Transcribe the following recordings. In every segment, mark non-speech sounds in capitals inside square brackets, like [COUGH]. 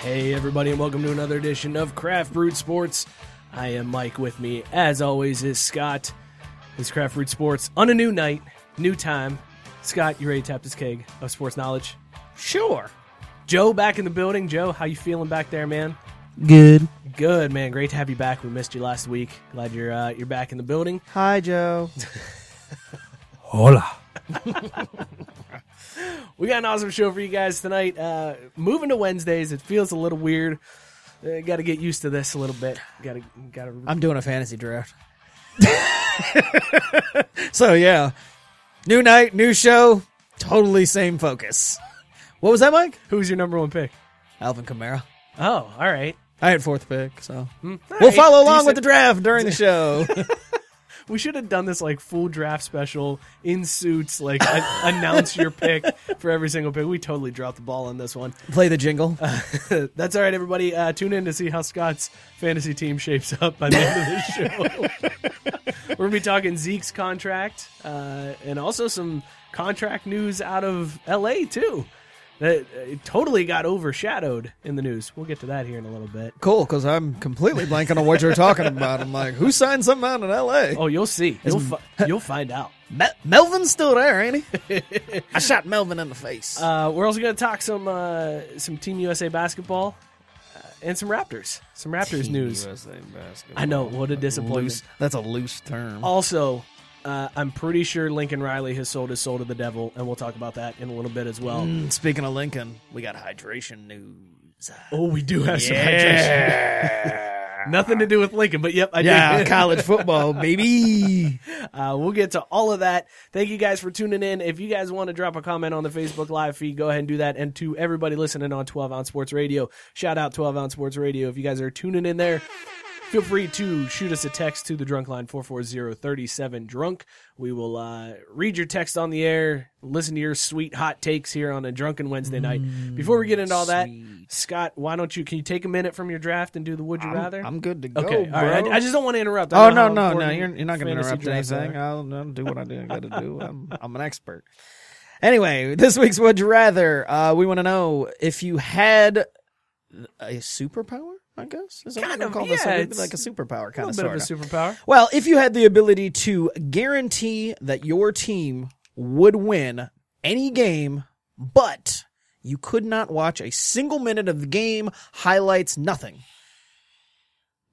Hey, everybody, and welcome to another edition of Craft Brewed Sports. I am Mike. With me, as always, is Scott. It's Craft Brewed Sports on a new night, new time. Scott, you ready to tap this keg of sports knowledge? Sure. Joe back in the building. Joe, how you feeling back there, man? Good. Good, man. Great to have you back. We missed you last week. Glad you're uh, you're back in the building. Hi, Joe. Hola. We got an awesome show for you guys tonight. Uh, moving to Wednesdays, it feels a little weird. Uh, got to get used to this a little bit. Got to got to I'm doing a fantasy draft. [LAUGHS] so yeah, new night, new show, totally same focus. What was that, Mike? Who's your number one pick? Alvin Kamara. Hmm. Oh, all right. I had fourth pick, so we'll follow along with the draft during the show. We should have done this like full draft special in suits, like [LAUGHS] a- announce your pick for every single pick. We totally dropped the ball on this one. [LAUGHS] Play the jingle. That's all right, everybody. Uh, tune in to see how Scott's fantasy team shapes up by the end of the [LAUGHS] show. We're gonna be talking Zeke's contract uh, and also some contract news out of L.A. too. That uh, it totally got overshadowed in the news. We'll get to that here in a little bit. cool, because I'm completely blanking on what you're talking about. I'm like, who signed something out in L.A.? Oh, you'll see. You'll [LAUGHS] fi- you'll find out. Mel- Melvin's still there, ain't he? [LAUGHS] I shot Melvin in the face. Uh, we're also going to talk some uh, some Team USA basketball uh, and some Raptors, some Raptors news. I know what a disappointment. Loose. That's a loose term. Also, uh, I'm pretty sure Lincoln Riley has sold his soul to the devil, and we'll talk about that in a little bit as well. Mm, Speaking of Lincoln, we got hydration news. Oh, we do have some [LAUGHS] hydration. Nothing to do with Lincoln, but yep, I [LAUGHS] Yeah, did. college football, baby. Uh, we'll get to all of that. Thank you guys for tuning in. If you guys want to drop a comment on the Facebook Live feed, go ahead and do that. And to everybody listening on 12 Ounce Sports Radio, shout out 12 Ounce Sports Radio. If you guys are tuning in there, feel free to shoot us a text to the drunk line 440-37 drunk we will uh, read your text on the air listen to your sweet hot takes here on a drunken wednesday night before we get into all that scott why don't you can you take a minute from your draft and do the would you rather I'm good to go. okay all bro. right I, I just don't want to interrupt I oh know no how no no! important You're, you're not going to fantasy interrupt drafts anything. are. I'll, I'll do what I do. Got to do. [LAUGHS] I'm, I'm an expert. Anyway, this week's Would You Rather. Uh, we want to know if you had a superpower. I guess is that Kind what of, we call yeah, this? It'd be it's like a superpower a kind of little bit of a superpower Well, if you had the ability to guarantee that your team would win any game, but you could not watch a single minute of the game, highlights, nothing,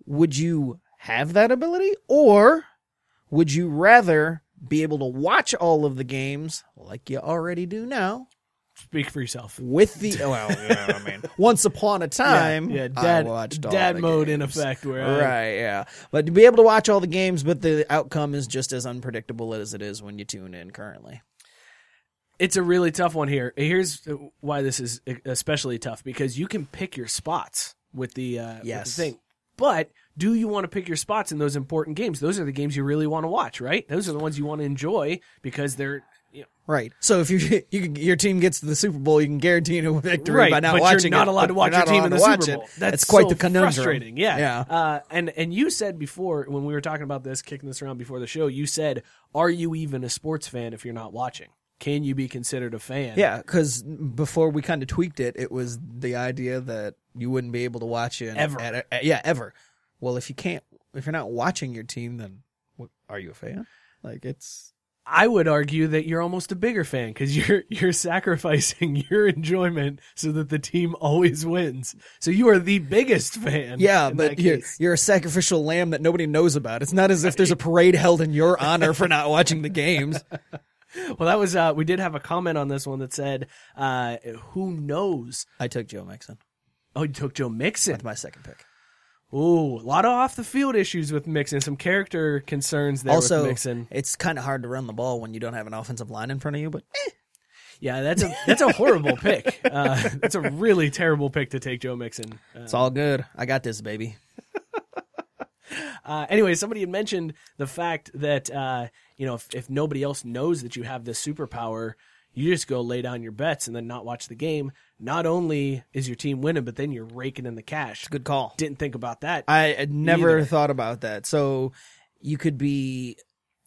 would you have that ability? Or would you rather be able to watch all of the games like you already do now? speak for yourself With the well, [LAUGHS] you know what I mean. [LAUGHS] Once upon a time, yeah, I dad, watched all dad the mode in games. effect. Where I- Right, yeah. But to be able to watch all the games, but the outcome is just as unpredictable as it is when you tune in currently. it's a really tough one here. Here's why this is e, especially tough because you can pick your spots with the uh, with the Yes. thing. But do you want to pick your spots in those important games? Those are the games you really want to watch, right? Those are the ones you want to enjoy because they're you know, Right. So if you, [LAUGHS] you can- your team gets to the Super Bowl, you can guarantee a victory right. by not but watching. you're not it, allowed but to watch you're your not team allowed in to the watch Super it. Bowl. That's it's quite so the conundrum. Frustrating, yeah. Yeah. Uh, and and you said before when we were talking about this, kicking this around before the show, you said, "Are you even a sports fan if you're not watching?" can you be considered a fan? Yeah, because before we kind of tweaked it, it was the idea that you wouldn't be able to watch it Ever. at- at- yeah, ever. Well, if you can't, if you're not watching your team, then what, are you a fan? Like it's I would argue that you're almost a bigger fan because [LAUGHS] you're you're sacrificing [LAUGHS] your enjoyment so that the team always wins. So you are the biggest fan. yeah, in but that you're, case. you're a sacrificial lamb that nobody knows about. It's not as [LAUGHS] if there's a parade held in your honor for not watching the games. well, that was uh, we did have a comment on this one that said, uh, "Who knows?" I took Joe Mixon. Oh, you took Joe Mixon. That's my second pick. Ooh, a lot of off the field issues with Mixon, some character concerns there also, with Mixon. it's kind of hard to run the ball when you don't have an offensive line in front of you. But eh, Yeah, that's a that's a horrible pick. Uh, [LAUGHS] that's a really terrible pick to take Joe Mixon. it's all good. I got this, baby. Uh, anyway, somebody had mentioned the fact that uh, you know if, if nobody else knows that you have this superpower, you just go lay down your bets and then not watch the game. Not only is your team winning, but then you're raking in the cash. Good call. Didn't think about that. I had never either. thought about that. So you could be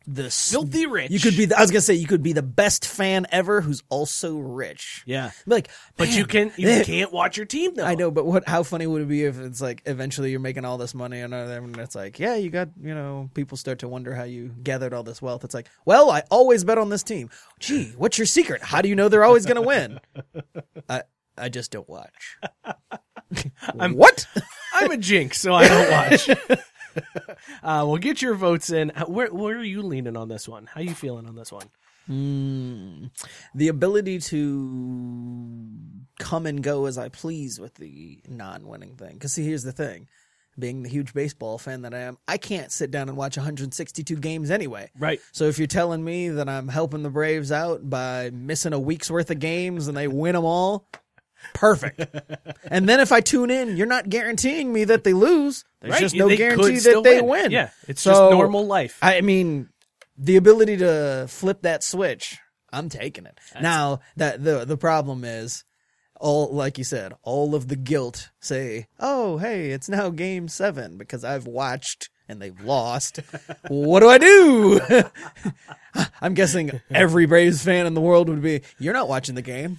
the s- Filthy rich. You could be. The, I was gonna say you could be the best fan ever, who's also rich. yeah, Like, but man, you can you [LAUGHS] eh, can't watch your team though. I know, but what? How funny would it be if it's like eventually you're making all this money and uh, then it's like, yeah, you got you know people start to wonder how you gathered all this wealth. It's like, well, I always bet on this team. Gee, what's your secret? How do you know they're always gonna [LAUGHS] win? I I just don't watch. what? I'm a jinx, so I don't watch. [LAUGHS] uh, well, get your votes in. How- Where where are you leaning on this one? How you feeling on this one? the ability to come and go as I please with the non-winning thing. Because see, here's the thing: being the huge baseball fan that I am, I can't sit down and watch 162 games anyway. Right. So if you're telling me that I'm helping the Braves out by missing a week's worth of games and they win them all, perfect. [LAUGHS] and then if I tune in, you're not guaranteeing me that they lose. There's Right. just no They could guarantee that still they win. win. Yeah. It's just normal life. I mean, the ability to flip that switch, I'm taking it. now that the the problem is all like you said, all of the guilt say, "Oh, hey, it's now game 7 because I've watched and they've lost. what do I do?" [LAUGHS] I'm guessing every Braves fan in the world would be, "You're not watching the game."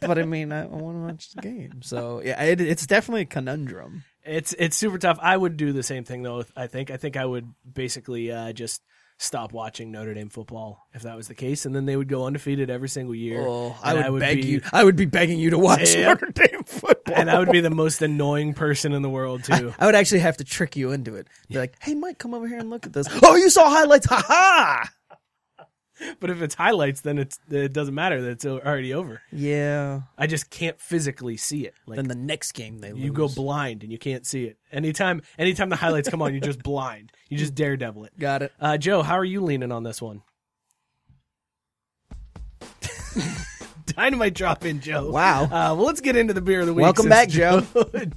but I mean, I, I want to watch the game. So, yeah, it, it's definitely a conundrum. It's it's super tough. I would do the same thing though. I think I think I would basically uh, just stop watching Notre Dame football if that was the case, and then they would go undefeated every single year. Oh, I and would, beg be, you. I would be begging you to watch Yeah. Notre Dame football. and I would be the most [LAUGHS] annoying person in the world too. I would actually have to trick you into it. Be like, hey, Mike, come over here and look [GASPS] at this. oh, you saw highlights. Ha ha. but if it's highlights, then it's it doesn't matter that it's already over. Yeah. I just can't physically see it. Like Then the next game they lose. you go blind and you can't see it. Anytime anytime the highlights come on, you're just blind. You just daredevil it. Got it. Uh, Joe, how are you leaning on this [LAUGHS] one? Dynamite drop in, Joe. Wow. Uh, well, let's get into the beer of the week. Welcome since back,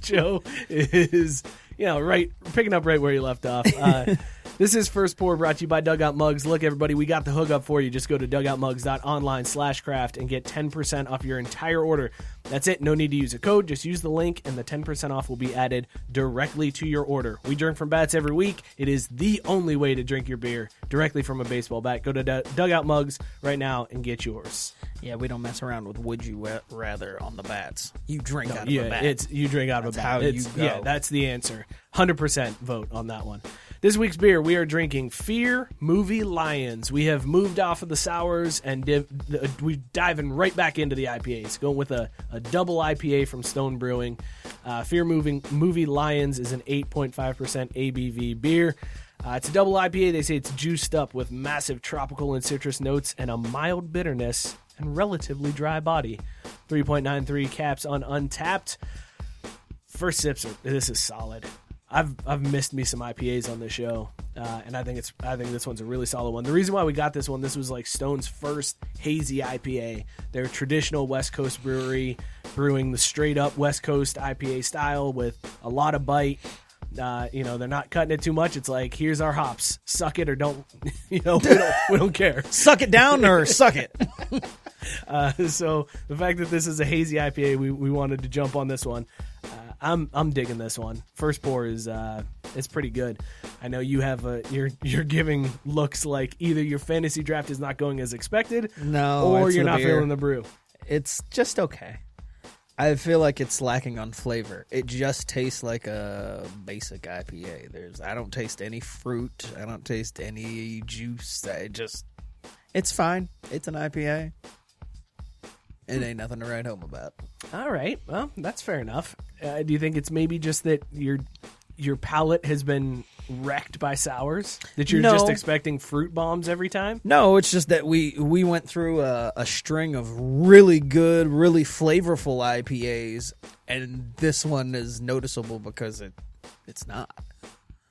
[LAUGHS] Joe is, you know, right picking up right where you left off. Uh, [LAUGHS] this is first pour brought to you by Dugout Mugs. Look, everybody, we got the hook up for you. Just go to dugoutmugs.online slash craft and get 10% off your entire order. That's it. No need to use a code. Just use the link, and the 10% off will be added directly to your order. We drink from bats every week. It is the only way to drink your beer directly from a baseball bat. Go to du- Dugout Mugs right now and get yours. Yeah, we don't mess around with would you wa- rather on the bats. You drink out of yeah, a bat. it's you drink out of a That's bat. how It's- you go. Yeah, that's the answer. Hundred percent vote on that one. This week's beer, we are drinking Fear Movie Lions. We have moved off of the sours and div- the, we're diving right back into the IPAs. Going with a, a double IPA from Stone Brewing. Uh, Fear Moving Movie Lions is an 8.5% ABV beer. Uh, it's a double IPA. They say it's juiced up with massive tropical and citrus notes and a mild bitterness and relatively dry body. 3.93 caps on Untapped. First sips are this is solid. I've I've missed me some IPAs on this show, uh, and I think it's I think this one's a really solid one. The reason why we got this one, this was like Stone's first hazy IPA. Their traditional West Coast brewery brewing the straight up West Coast IPA style with a lot of bite. Uh, you know they're not cutting it too much. It's like here's our hops, suck it or don't. [LAUGHS] You know we don't, we don't care. suck it down or suck it. so the fact that this is a hazy IPA, we, we wanted to jump on this one. Uh, I'm I'm digging this one. First pour is uh it's pretty good. I know you have a you're you're giving looks like either your fantasy draft is not going as expected, No, or it's you're the not beer. feeling the brew. It's just okay. I feel like it's lacking on flavor. It just tastes like a basic IPA. There's I don't taste any fruit. I don't taste any juice. I just it's fine. It's an IPA. It ain't nothing to write home about. All right, well that's fair enough. Uh, do you think it's maybe just that your your palate has been wrecked by sours that you're No. just expecting fruit bombs every time? No, it's just that we we went through a, a string of really good, really flavorful IPAs, and this one is noticeable because it it's not.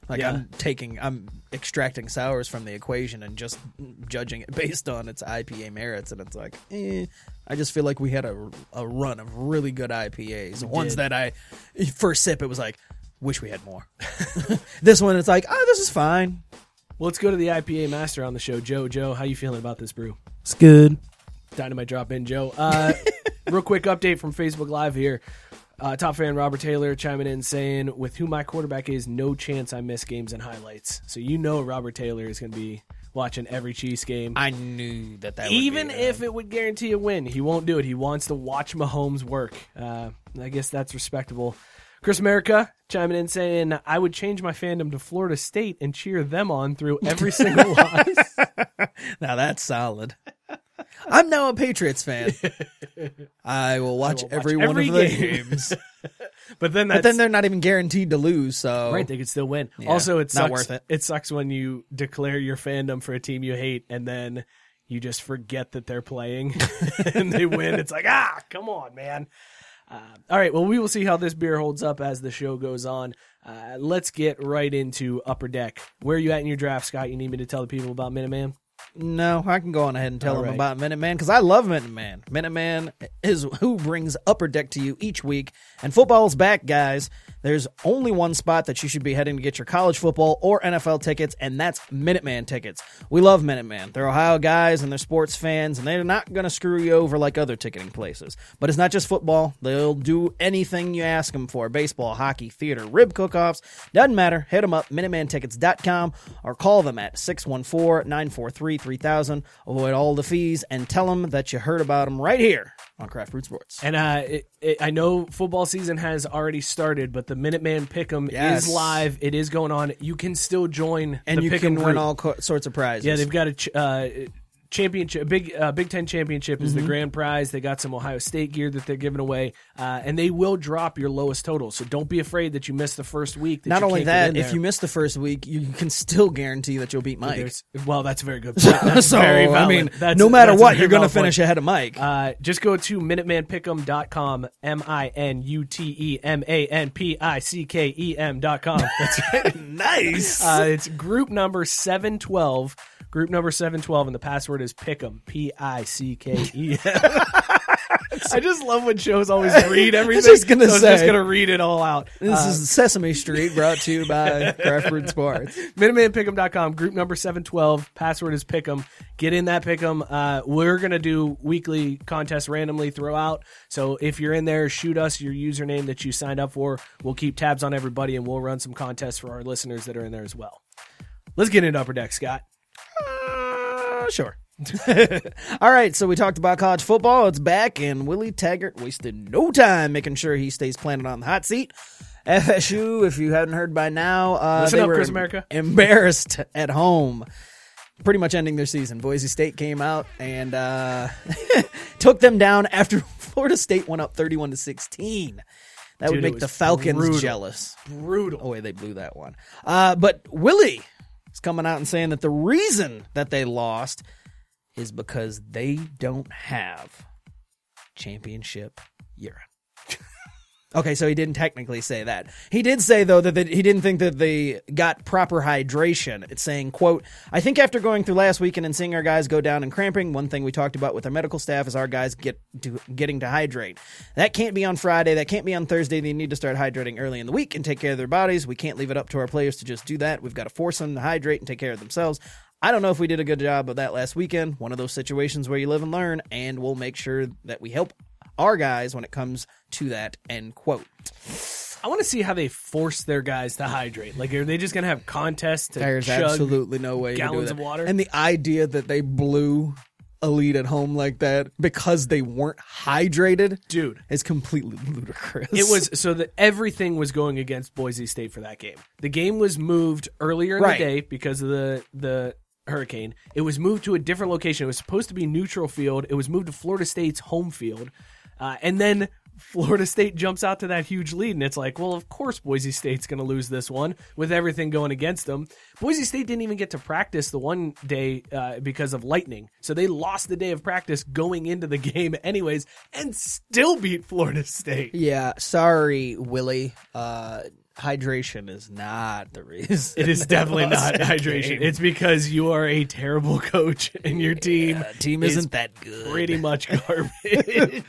Like Yeah. I'm taking, I'm extracting sours from the equation and just judging it based on its IPA merits, and it's like, eh, I just feel like we had a, a run of really good IPAs. Ones that I first sip, it was like, wish we had more. [LAUGHS] this one, it's like, oh, this is fine. Well, let's go to the IPA master on the show, Joe. Joe, how you feeling about this brew? It's good. Dynamite drop in, Joe. [LAUGHS] Uh, real quick update from Facebook Live here. Uh, top fan Robert Taylor chiming in saying, "With who my quarterback is, no chance I miss games and highlights." So you know Robert Taylor is going to be watching every Chiefs game, I knew that that would be even the- if it would guarantee a win. He won't do it. He wants to watch Mahomes work. Uh, I guess that's respectable. Chris America chiming in saying, "I would change my fandom to Florida State and cheer them on through [LAUGHS] every single loss." Now that's solid. I'm now a Patriots [LAUGHS] fan. I will watch, every, one every of the game. games, But then that's [LAUGHS] but then they're not even guaranteed to lose. So Right, they could still win. Oh. Yeah, also, it not sucks. worth it. it. sucks when you declare your fandom for a team you hate and then you just forget that they're playing [LAUGHS] and they win. It's like, ah, come on, man. Uh, all right, well, we will see how this beer holds up as the show goes on. Uh, let's get right into Upper Deck. Where are you at in your draft, Scott? You need me to tell the people about Minuteman? no, I can go on ahead and tell All them right. about Minuteman because I love Minuteman. Minuteman is who brings Upper Deck to you each week, and football's back, guys. There's only one spot that you should be heading to get your college football or NFL tickets, and that's Minuteman tickets. We love Minuteman. They're Ohio guys and they're sports fans, and they're not going to screw you over like other ticketing places. But it's not just football. They'll do anything you ask them for baseball, hockey, theater, rib cook offs. Doesn't matter. Hit them up, MinutemanTickets.com, or call them at 614 943 3000. Avoid all the fees and tell them that you heard about them right here on Craft Root Sports. And uh, it, it, I know football season has already started, but the Minuteman Pick'em Yes. is live. It is going on. You can still join And the you Pick'em can win group. all co- sorts of prizes. Yeah, they've got a ch- uh, championship, a big uh, Big Ten championship is Mm-hmm. the grand prize. They got some Ohio State gear that they're giving away, uh, and they will drop your lowest total. So don't be afraid that you missed the first week. That not you only can't get that, in if there. you miss the first week, you can still guarantee that you'll beat Mike. There's- well, that's a very [LAUGHS] good. Point. That's so very I valid. mean, That's- no matter that's a what, very you're going to valid point. finish ahead of Mike. Uh, just go to minutemanpickem.com, M I N U T E M A N P I C K E M dot com. [LAUGHS] That's right. nice. Uh, it's group number 712. Group number 712, and the password is Pick'em. P I C K E [LAUGHS] M. I just love when shows always [LAUGHS] read everything. just gonna so I was just say. Mm. going to read it all out. Uh, This is Sesame Street brought to you [LAUGHS] by Craft Root Sports. MinimanPick'em.com, group number 712. Password is Pick'em. Get in that Pick'em. Uh, we're going to do weekly contests randomly throughout. So if you're in there, shoot us your username that you signed up for. We'll keep tabs on everybody and we'll run some contests for our listeners that are in there as well. Let's get into Upper Deck, Scott. Uh, sure. [LAUGHS] All right, so we talked about college football. It's back, and Willie Taggart wasted no time making sure he stays planted on the hot seat. FSU, if you hadn't heard by now, uh, Listen they up, were Chris America. embarrassed at home, pretty much ending their season. Boise State came out and uh, took them down after [LAUGHS] Florida State went up thirty-one to sixteen. That Dude, would it make the was Falcons brutal. jealous. Brutal. Oh, wait, they blew that one. Uh, but Willie is coming out and saying that the reason that they lost is because they don't have championship urine. okay, so he didn't technically say that. He did say though that they, he didn't think that they got proper hydration. It's saying, "quote I think after going through last weekend and seeing our guys go down and cramping, one thing we talked about with our medical staff is our guys get to, getting to hydrate. That can't be on Friday. That can't be on Thursday. They need to start hydrating early in the week and take care of their bodies. We can't leave it up to our players to just do that. We've got to force them to hydrate and take care of themselves." I don't know if we did a good job of that last weekend. One of those situations where you live and learn, and we'll make sure that we help our guys when it comes to that. End quote. I want to see how they force their guys to hydrate. Like, are they just gonna have contests to There's chug absolutely no way you do gallons that. of water? And the idea that they blew Elite at home like that because they weren't hydrated, Dude. is completely ludicrous. It was so that everything was going against Boise State for that game. The game was moved earlier in Right. the day because of the the hurricane. It was moved to a different location. It was supposed to be neutral field. It was moved to Florida State's home field, uh, and then [LAUGHS] Florida State jumps out to that huge lead, and it's like, well, of course Boise State's going to lose this one with everything going against them. Boise State didn't even get to practice the one day uh, because of lightning, so they lost the day of practice going into the [LAUGHS] game anyways, and still beat Florida State. [LAUGHS] Yeah, sorry, Willie. Uh, hydration is not the reason. It is definitely Lost not [LAUGHS] that hydration. game. It's because you are a terrible [LAUGHS] coach and your team The team is isn't that good. pretty [LAUGHS] much garbage.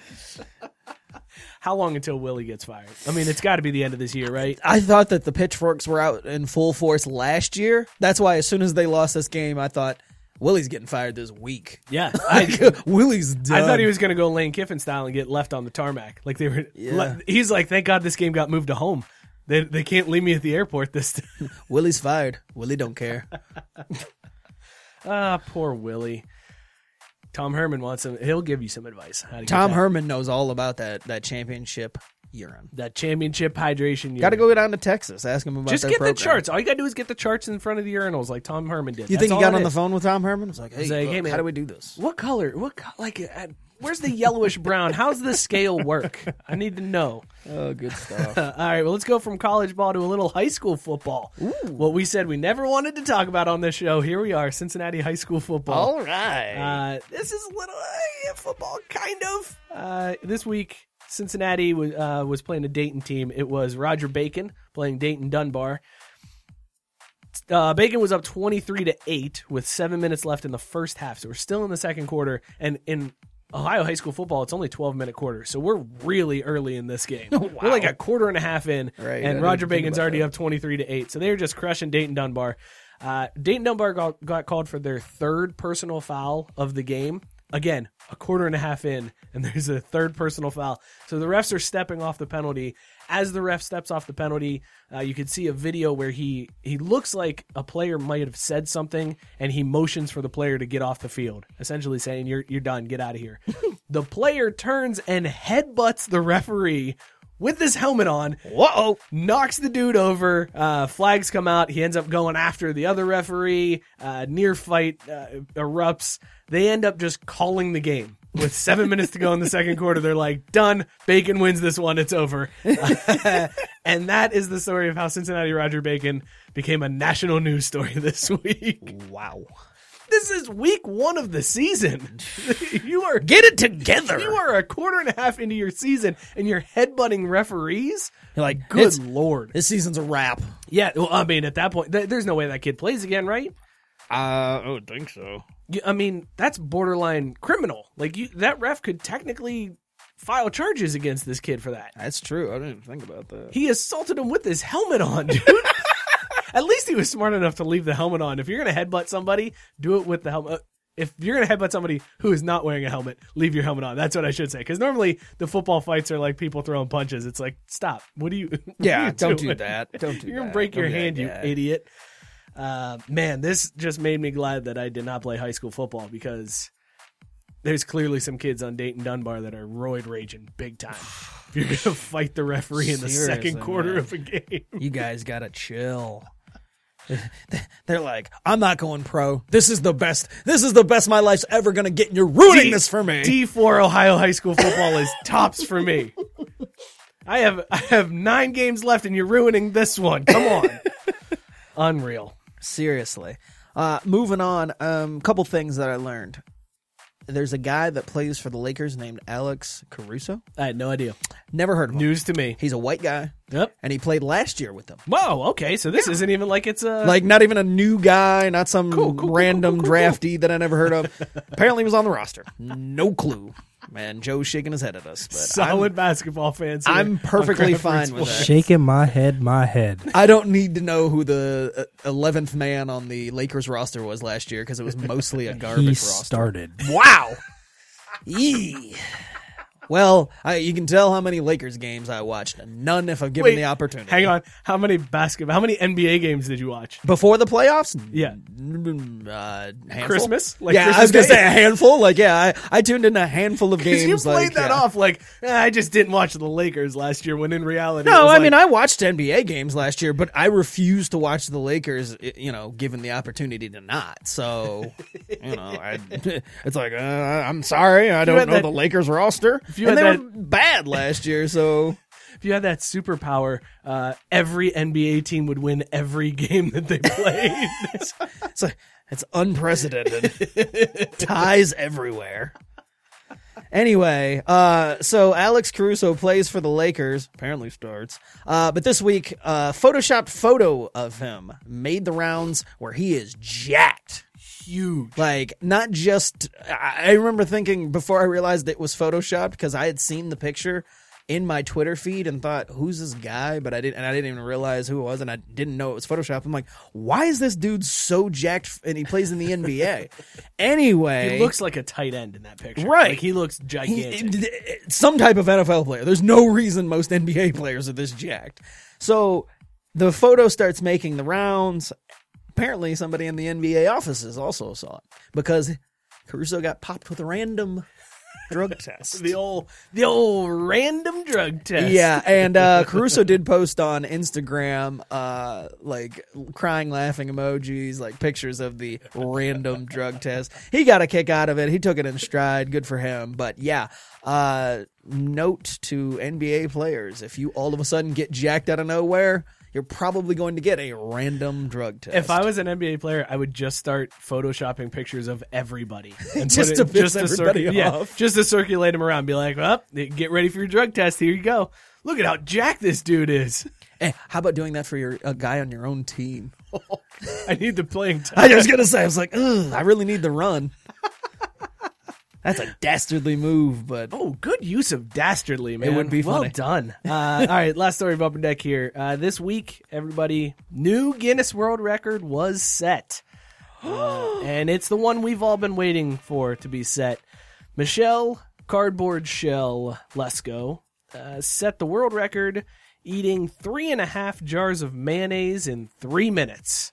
How long until Willie gets fired? I mean, it's got to be the end of this year, right? I thought that the pitchforks were out in full force last year. That's why as soon as they lost this game, I thought Willie's getting fired this week. [LAUGHS] Yeah. I, Willie's done. I thought he was going to go Lane Kiffin style and get left on the tarmac. Like they were. le- he's like, thank God this game got moved to home. They, they can't leave me at the airport this [LAUGHS] time. Willie's fired. Willie [LAUGHS] don't care. Ah, poor Willie. Tom Herman wants him. He'll give you some advice. How to get Tom that- Herman knows all about that that championship urine. That championship hydration. year. Got to go down to Texas. Ask him about Just their get the program. charts. All you gotta do is get the charts in front of the urinals, like Tom Herman did. You That's think he all got it on the is. phone with Tom Herman? I was like, hey, He's like, look, hey, man. how do we [LAUGHS] do this? What color? What co- like? Uh, where's the yellowish brown? How's the scale work? I need to know. Oh, good stuff. Uh, all right, well, let's go from college ball to a little high school football. What we said we never wanted to talk about on this show. Here we are, Cincinnati high school football. [LAUGHS] all right. Uh, this is little uh, football, kind of. Uh, this week, Cincinnati was uh, was playing a Dayton team. It was Roger Bacon playing Dayton Dunbar. Uh, Bacon was up twenty three to eight with seven minutes left in the first half, so we're still in the second quarter. And in Ohio high school football, it's only twelve minute quarters, so we're really early in this [LAUGHS] game. We're like a quarter and a half in, Oh, Right, I and didn't Roger think Bacon's about already that. up 23 to 8. So they're just crushing Dayton Dunbar. Uh, Dayton Dunbar got, got called for their third personal foul of the game. Again, a quarter and a half in, and [LAUGHS] there's a third personal foul. So the refs are stepping off the penalty. As the ref steps off the penalty, uh, you can see a video where he he looks like a player might have said something, and he motions for the player to get off the field, essentially saying, "You're you're done, get out of [LAUGHS] here." the player turns and headbutts the referee with his helmet on, Whoa. knocks the dude over. Uh, flags come out. He ends up going after the other referee. Uh, near fight uh, erupts. They end up just calling the game. With seven minutes to go in the second [LAUGHS] quarter, they're like, done. Bacon wins this one. It's over. [LAUGHS] and that is the story of how Cincinnati Roger Bacon became a national news story [LAUGHS] this week. Wow. This is week one of the season. [LAUGHS] you are Get it together. you are a quarter and a half into your season and you're headbutting referees. You're like, Good "It's- lord. This season's a wrap. Yeah, well, I mean, at that point, th- there's no way that kid plays again, right? Uh, I would think so. You, I mean, that's borderline criminal. Like, you, that ref could technically file charges against this kid for that. That's true. I didn't even think about that. He assaulted him with his helmet on, [LAUGHS] dude. at least he was smart enough to leave the helmet on. If you're gonna headbutt somebody, do it with the helmet. Uh, If you're gonna headbutt somebody who is not wearing a helmet, leave your helmet on. That's what I should say. Because normally the football fights are like people throwing punches. It's like, stop. What do you? [LAUGHS] what are Yeah, you don't do doing? that. Don't do You're gonna that. break Don't your be that hand, you guy. idiot. Uh, man, this just made me glad that I did not play high school football because there's clearly some kids on Dayton Dunbar that are roid raging big [SIGHS] time. If you're gonna fight the referee in the Seriously, second quarter man. of a game, You guys gotta chill. [LAUGHS] They're like, I'm not going pro. This is the best. This is the best my life's ever gonna get, and you're ruining this for me. D four Ohio high school football is tops for me. I have I have nine games left, and you're ruining this one. Come [LAUGHS] on, unreal. Seriously. Uh, moving on. Um, couple things that I learned. There's a guy that plays for the Lakers named Alex Caruso. I had no idea. Never heard of him. News to me. He's a white guy, Yep. and he played last year with them. Whoa. Okay. So this isn't even like it's a Like, not even a new guy, not some Cool, cool, cool, random cool, cool, cool. draftee that I never heard of. [LAUGHS] Apparently, he was on the roster. No clue. Man, Joe's shaking his head at us. But solid basketball fans. here I'm on perfectly Craft fine Roots with Sports. that. Shaking my head, my head. I don't need to know who the uh, 11th man on the Lakers roster was last year because it was mostly a garbage He roster. started. Wow. [LAUGHS] Yee. Well, I, you can tell how many Lakers games I watched. None if I'm given the opportunity. Hang on. How many basketball? How many NBA games did you watch? Before the playoffs? Yeah. Mm, Uh, handful? Christmas? Like yeah, Christmas I was gonna Day? say a handful. Like, yeah, I, I tuned in a handful of games. Because you played like, that yeah. off like "Eh, I just didn't watch the Lakers last year, when in reality, it No, was I like, mean I watched NBA games last year, but I refused to watch the Lakers. i- You know, given the opportunity to not. [LAUGHS] So, you know, I, [LAUGHS] it's like uh, I'm sorry, I don't had know that- the Lakers roster, you and they had were bad last year. So, if you had that superpower, uh, every NBA team would win every [LAUGHS] game that they [LAUGHS] played. [LAUGHS] It's like, it's unprecedented. [LAUGHS] Ties everywhere. Anyway, uh, so Alex Caruso plays for the Lakers, apparently starts. Uh, but this week, uh, photoshopped photo of him made the rounds where he is jacked. Huge. Like, not just. I I remember thinking before I realized it was photoshopped because I had seen the picture in my Twitter feed and thought, "Who's this guy?" But I didn't, and I didn't even realize who it was, and I didn't know it was photoshopped. I'm like, "Why is this dude so jacked?" f- And he plays in the [LAUGHS] NBA. anyway, He looks like a tight end in that picture. Right. Like he looks he- gigantic. some type of NFL player. There's no reason most NBA [LAUGHS] players are this jacked. So the photo starts making the rounds. Apparently, somebody in the NBA offices also saw it because Caruso got popped with a random drug test. the old the old random drug test. [LAUGHS] Yeah, and uh, Caruso did post on Instagram, uh, like crying, laughing emojis, like pictures of the random drug test. He got a kick out of it. He took it in stride. Good for him. But yeah, uh, note to NBA players: if you all of a sudden get jacked out of nowhere, you're probably going to get a random drug test. If I was an NBA player, I would just start photoshopping pictures of everybody, [LAUGHS] and Just put to piss everybody yeah, off. just to circulate them around. Be like, well, get ready for your drug test. Here you go. Look at how jacked this dude is. [LAUGHS] Eh, how about doing that for your a guy on your own team? I need the playing time. [LAUGHS] I was gonna say, I was like, Ugh, I really need the run. [LAUGHS] That's a dastardly move, but Oh, good use of dastardly, man. would be well funny. [LAUGHS] done. Uh, all right, last story of Upper Deck here. Uh, this week, everybody, new Guinness World Record was [GASPS] set, Uh, and it's the one we've all been waiting for to be set. Michelle Cardboard Shell Lesko uh, set the world record eating three and a half jars of mayonnaise in three minutes.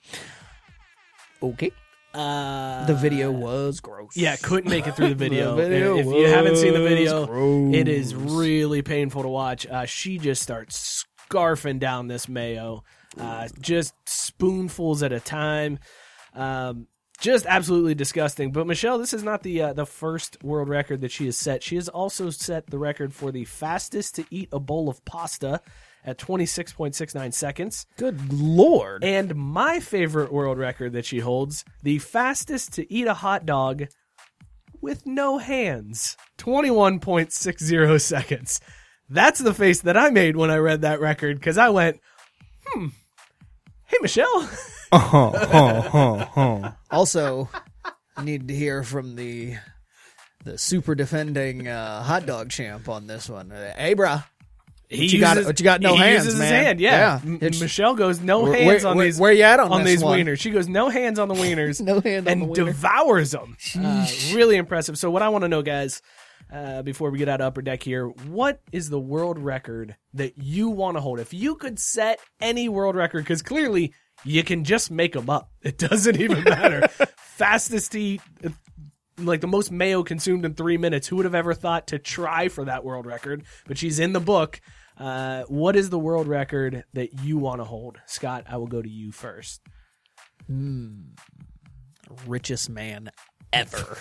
Okay. Uh, the video was gross. Yeah, couldn't make it through the video. [LAUGHS] The video if you haven't seen the was video, it is really painful to watch. Uh, she just starts scarfing down this mayo, uh, just spoonfuls at a time. Um, just absolutely disgusting. But Michelle, this is not the uh, the first world record that she has set. She has also set the record for the fastest to eat a bowl of pasta at 26.69 seconds. Good lord. And my favorite world record that she holds the fastest to eat a hot dog with no hands 21.60 seconds. That's the face that I made when I read that record because I went, hmm, hey, Michelle. [LAUGHS] Huh, huh, huh, huh. Also, need to hear from the the super defending uh, hot dog champ on this one. Uh, hey, bruh. He you got- what you got, no he hands, uses man. His hand, yeah. Yeah. M- It's- Michelle goes no Where- hands where- on where- these. where you at on this these one? wieners? She goes no hands [LAUGHS] on the wieners. No hand on and the wiener. devours [LAUGHS] them. Uh, really impressive. So what I want to know, guys, uh, before we get out of upper deck here, what is the world record that you want to hold? If you could set any world record, because clearly you can just make them up. It [LAUGHS] doesn't even [LAUGHS] matter. Fastest E to eat like the most mayo consumed in three minutes. Who would have ever thought to try for that world record? But she's in the book. Uh, what is the world record that you want to hold, Scott? I will go to you first. Richest man ever.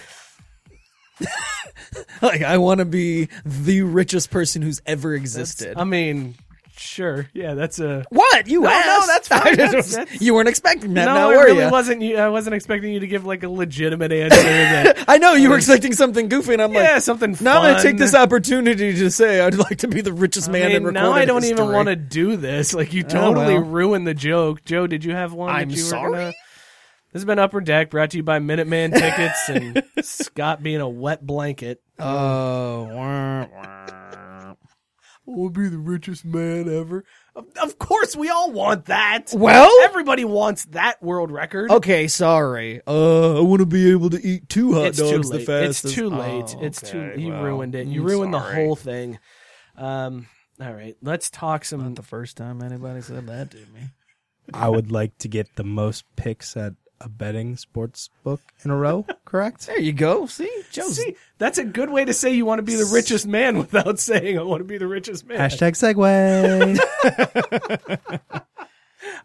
[LAUGHS] like, I want to be the richest person who's ever existed. I mean, sure, yeah, that's a. what? You No, no, asked? that's [LAUGHS] fine. I just That's- was- that's- you weren't expecting that, no, now I were really you? wasn't. You, I wasn't expecting you to give like a legitimate answer. [LAUGHS] that, I know you were expecting something goofy, and I'm yeah, like, something. now fun. I'm going to take this opportunity to say I'd like to be the richest man I in mean, recorded now I don't even history. Oh, want to do this. Like you totally well. ruined the joke. Joe, did you have one? that I'm you were sorry? gonna- This has been Upper Deck, brought to you by Minuteman [LAUGHS] tickets and Scott being a wet blanket. Oh, wah, wah. I'll be the richest man ever. Of, of course, we all want that. Well- everybody wants that world record. Okay, sorry. Uh, I want to be able to eat two hot it's too dogs the late. fastest. It's too late. Oh, it's too. okay, You well, ruined it. You I'm ruined the sorry. whole thing. Um. All right. Let's talk some. Not the first time anybody said that to me. I would like to get the most picks at a betting sports book in [LAUGHS] a row, correct? There you go. See, Joe's See, [LAUGHS] that's a good way to say you want to be the richest man without saying I want to be the richest man. Hashtag [LAUGHS] segue.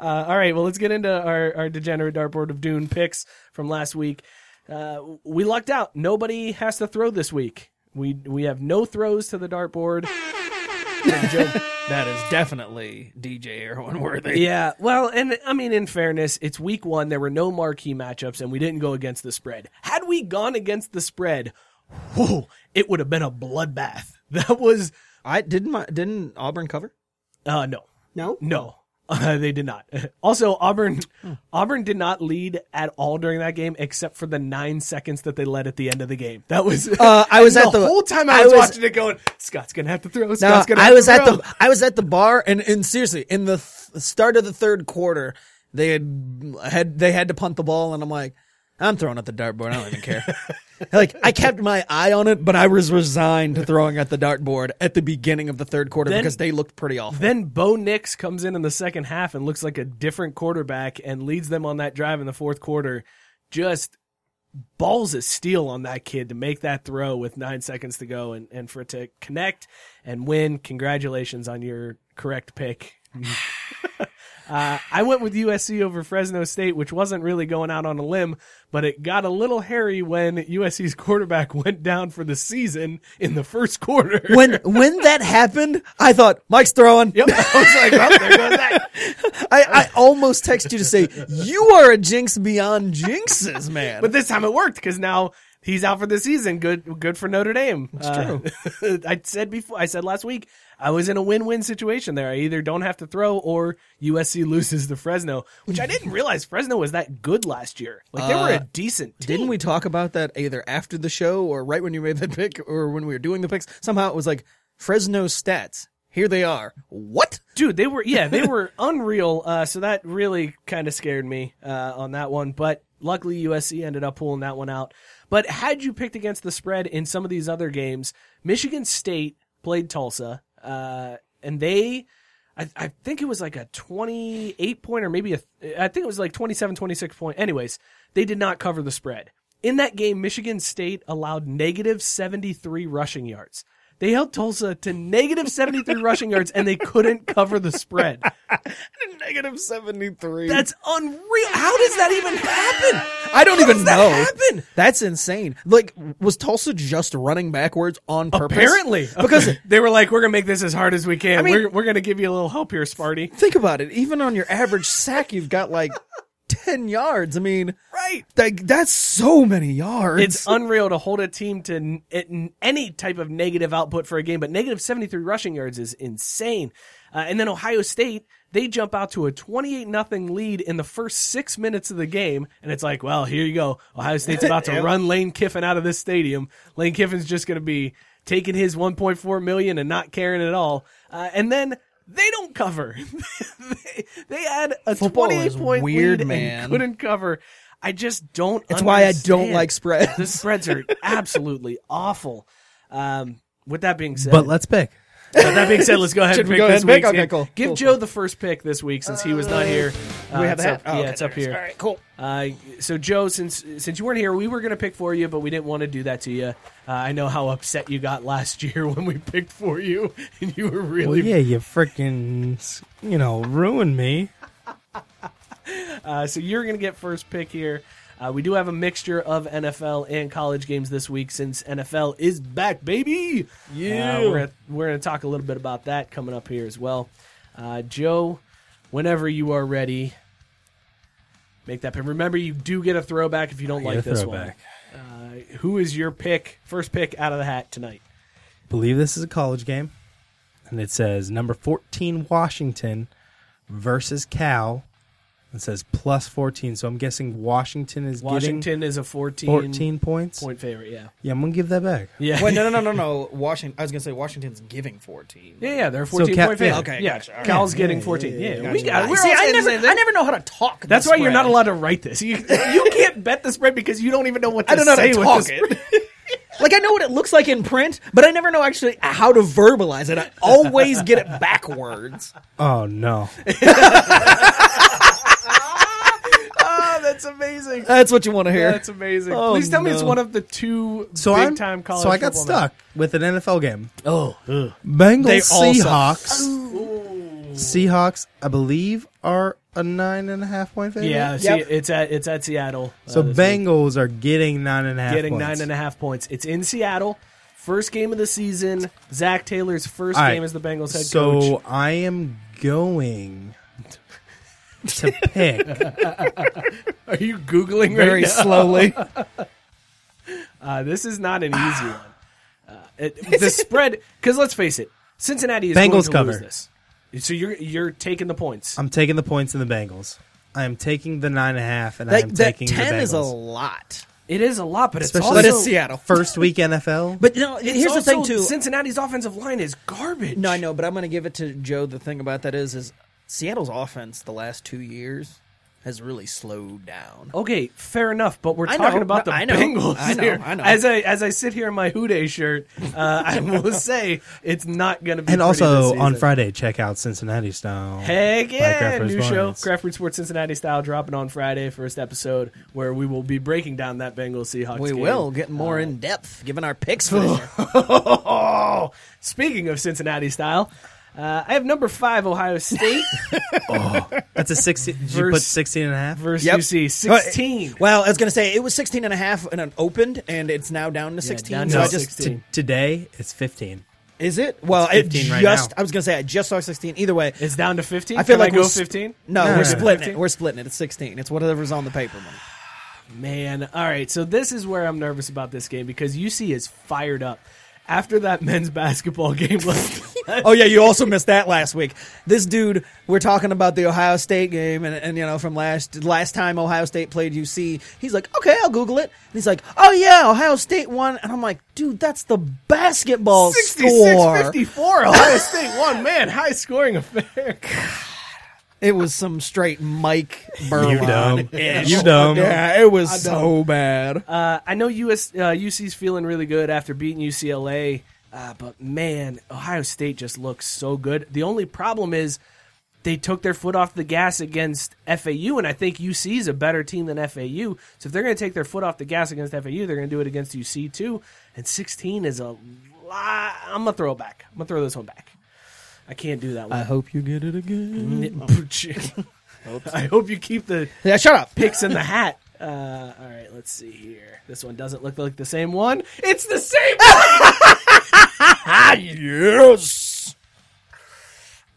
Uh, all right, well, let's get into our, our degenerate dartboard of Dune picks from last week. Uh, we lucked out. Nobody has to throw this week. We we have no throws to the dartboard. that is definitely DJ Irwin worthy. Yeah, well, and I mean, in fairness, it's week one. There were no marquee matchups, and we didn't go against the spread. Had we gone against the spread, whew, it would have been a bloodbath. [LAUGHS] That was I didn't. My, didn't Auburn cover? uh, no, No. No, [LAUGHS] uh, they did not. [LAUGHS] also, Auburn Auburn did not lead at all during that game, except for the nine seconds that they led at the end of the game. That was. Uh, I [LAUGHS] was and at the- whole time I, I was, was- watching it, going, "Scott's gonna have to throw. No, Scott's gonna." I have was to at throw. the I was at the bar, and, and seriously, in the th- start of the third quarter, they had had they had to punt the ball, and I'm like, I'm throwing at the dartboard. I don't even [LAUGHS] care. like I kept my eye on it, but I was resigned to throwing at the dartboard at the beginning of the third quarter Then- because they looked pretty awful. Then Bo Nix comes in in the second half and looks like a different quarterback and leads them on that drive in the fourth quarter. Just balls of steel on that kid to make that throw with nine seconds to go and, and for it to connect and win. Congratulations on your correct pick. uh, I went with USC over Fresno State, which wasn't really going out on a limb, but it got a little hairy when USC's quarterback [LAUGHS] went down for the season in the first quarter. [LAUGHS] when when that happened, I thought Mike's throwing. [LAUGHS] Yep. I was like, well, there goes that. I, I almost text you to say you are a jinx beyond jinxes, man. But this time it worked because now he's out for the season. Good, good for Notre Dame. It's true. [LAUGHS] I said before. I said last week. I was in a win-win situation there. I either don't have to throw or USC loses to Fresno, which I didn't realize Fresno was that good last year. Like they were a decent team. Uh, Didn't we talk about that either after the show or right when you made that [LAUGHS] pick or when we were doing the picks? Somehow it was like Fresno stats. Here they are. What? dude they were yeah they were unreal uh, so that really kind of scared me uh, on that one but luckily usc ended up pulling that one out but had you picked against the spread in some of these other games michigan state played tulsa uh, and they I, I think it was like a 28 point or maybe a i think it was like 27 26 point anyways they did not cover the spread in that game michigan state allowed negative 73 rushing yards they held tulsa to negative 73 rushing yards and they couldn't cover the spread Negative 73. that's unreal how does that even happen I don't How even does that know. happen? That's insane. Like, was Tulsa just running backwards on purpose? apparently [LAUGHS] Because they were like we're gonna make this as hard as we can I mean- we're, we're gonna give you a little help here sparty think about it. Even on your average sack, you've [LAUGHS] got like 10 yards. I mean, right like, that's so many yards. It's unreal to hold a team to n- at n- any type of negative output for a game, but negative 73 rushing yards is insane. Uh, and then Ohio State, they jump out to a 28 nothing lead in the first six minutes of the game. And it's like, well, here you go. Ohio State's about [LAUGHS] to run Lane Kiffin out of this stadium. Lane Kiffin's just going to be taking his 1.4 million and not caring at all. Uh, and then they don't cover. [LAUGHS] they, they had a Football 28 is point weird, lead man. and couldn't cover. I just don't. That's why I understand. don't like spreads. The spreads are absolutely awful. Um, with that being said, but let's pick. with that being said, let's go ahead Should and we pick go ahead this and pick? week's Okay, game. cool, Give cool, Joe the first pick this week since he was not here. Uh, we have it's that? up- Oh, yeah, okay, it's up there it is. here. All right, cool. Uh, so Joe, since since you weren't here, we were gonna pick for you, but we didn't want to do that to you. Uh, I know how upset you got last [LAUGHS] year when we picked for you, and you were Well, really yeah, you freaking, you know, ruined me. Uh, [LAUGHS] so you're going to get first pick here. Uh, we do have a mixture of NFL and college games this week since NFL is back, baby. Yeah. we're gonna- we're going to talk a little bit about that coming up here as well. Uh, Joe, whenever you are ready, make that pick. Remember, you do get a throwback if you don't like Get a this throwback. one. Uh, who is your pick, first pick out of the hat tonight? believe this is a college game, and it says number 14 Washington versus Cal. It says plus 14, so I'm guessing Washington is getting Washington is a 14, 14 points. point favorite. Yeah. Yeah, I'm going to give that back. Yeah. Wait, no, no, no, [LAUGHS] no, no. Washington. I was gonna say Washington's giving fourteen. Yeah, yeah, they're a 14 Cal- point favorite. yeah, okay, yeah. gotcha. All right. Cal's Yeah, getting yeah, 14. Yeah, yeah, yeah, we gotcha. got. We're See, all I saying the never, same I thing. never know how to talk. That's this why you're not spread. allowed to write this. You, you can't bet the spread because you don't even know what to I don't know how say to with talk this. it. [LAUGHS] like I know what it looks like in print, but I never know actually how to verbalize it. I always get it [LAUGHS] backwards. Oh, no. Oh, that's amazing. That's what you want to hear. That's amazing. Oh, Please tell me it's no. one of the two So big I'm time college. so I got football stuck with an NFL game. oh, Bengals They all suck. Seahawks. Seahawks, I believe, are a nine and a half point match. favorite. Yeah, see, Yep. it's at it's at Seattle. uh, So this week. Bengals are getting nine and a half. getting points. nine and a half points. It's in Seattle. First game of the season. Zach Taylor's first All right. game as the Bengals head so coach. I am going [LAUGHS] to pick. Are you googling right very now? [LAUGHS] slowly. Uh, this is not an easy Ah. one. Uh, it, [LAUGHS] the spread, because let's face it, Cincinnati is going Bengals to cover. lose this. So you're you're taking the points. I'm taking the points in the Bengals. I am taking the nine and a half, and I am That, that taking ten the is a Bengals. lot. It is a lot, but it's Especially- also But it's Seattle. First week NFL, But no, here's the also thing too. Cincinnati's offensive line is garbage. No, I know, but I'm going to give it to Joe. The thing about that is, is Seattle's offense the last two years has really slowed down. Okay, fair enough, but we're I know, talking about no, the I know, Bengals I know, here. I know. As I as I sit here in my Houday shirt, uh, I will [LAUGHS] say it's not going to be. and pretty also this on season. Friday, check out Cincinnati style. Heck by yeah! Craft New show, Respondents. Craft Root Sports Cincinnati style, dropping on Friday, first episode, where we will be breaking down that Bengals Seahawks. We game. will get more in depth, given our picks [LAUGHS] for this year. [LAUGHS] Oh, speaking of Cincinnati style, uh, I have number five Ohio [LAUGHS] State That's a sixteen. Did you Verse- put sixteen and a half? versus Yep. UC sixteen. Well, I was going to say it was 16 and a half and it opened, and it's now down to 16. down so to I just 16. t- today it's fifteen. is it? Well, it 15 right just now. I was going to say I just saw 16. Either way, It's down to fifteen. I feel Can like we're go s- fifteen. No, No, we're no, splitting 15? it. We're splitting it. It's 16. It's whatever's on the paper. Money. Man, all right. So this is where I'm nervous about this game because UC is fired up after that [LAUGHS] men's basketball game. [LAUGHS] last- oh yeah, you also missed that last week. This dude, we're talking about the Ohio State game, and, and you know from last last time Ohio State played UC, he's like, okay, I'll Google it. And he's like, oh yeah, Ohio State won, and I'm like, dude, that's the basketball 66 score. 54 Ohio State won. Man, high scoring affair. It was some straight Mike You Burlon. [LAUGHS] dumb. You dumb. Oh, Yeah, it was so bad. Uh, I know US, uh, UC's feeling really good after beating UCLA, uh, but man, Ohio State just looks so good. The only problem is they took their foot off the gas against FAU, and I think UC is a better team than FAU. So if they're going to take their foot off the gas against FAU, they're going to do it against UC too. And 16 is a lot. I'm going to throw it back. I'm going to throw this one back. I can't do that one. I hope you get it again. [LAUGHS] I hope you keep the Yeah, shut up. picks in the hat. Uh, all right, let's see here. This one doesn't look like the same one. It's the same one. [LAUGHS] Yes.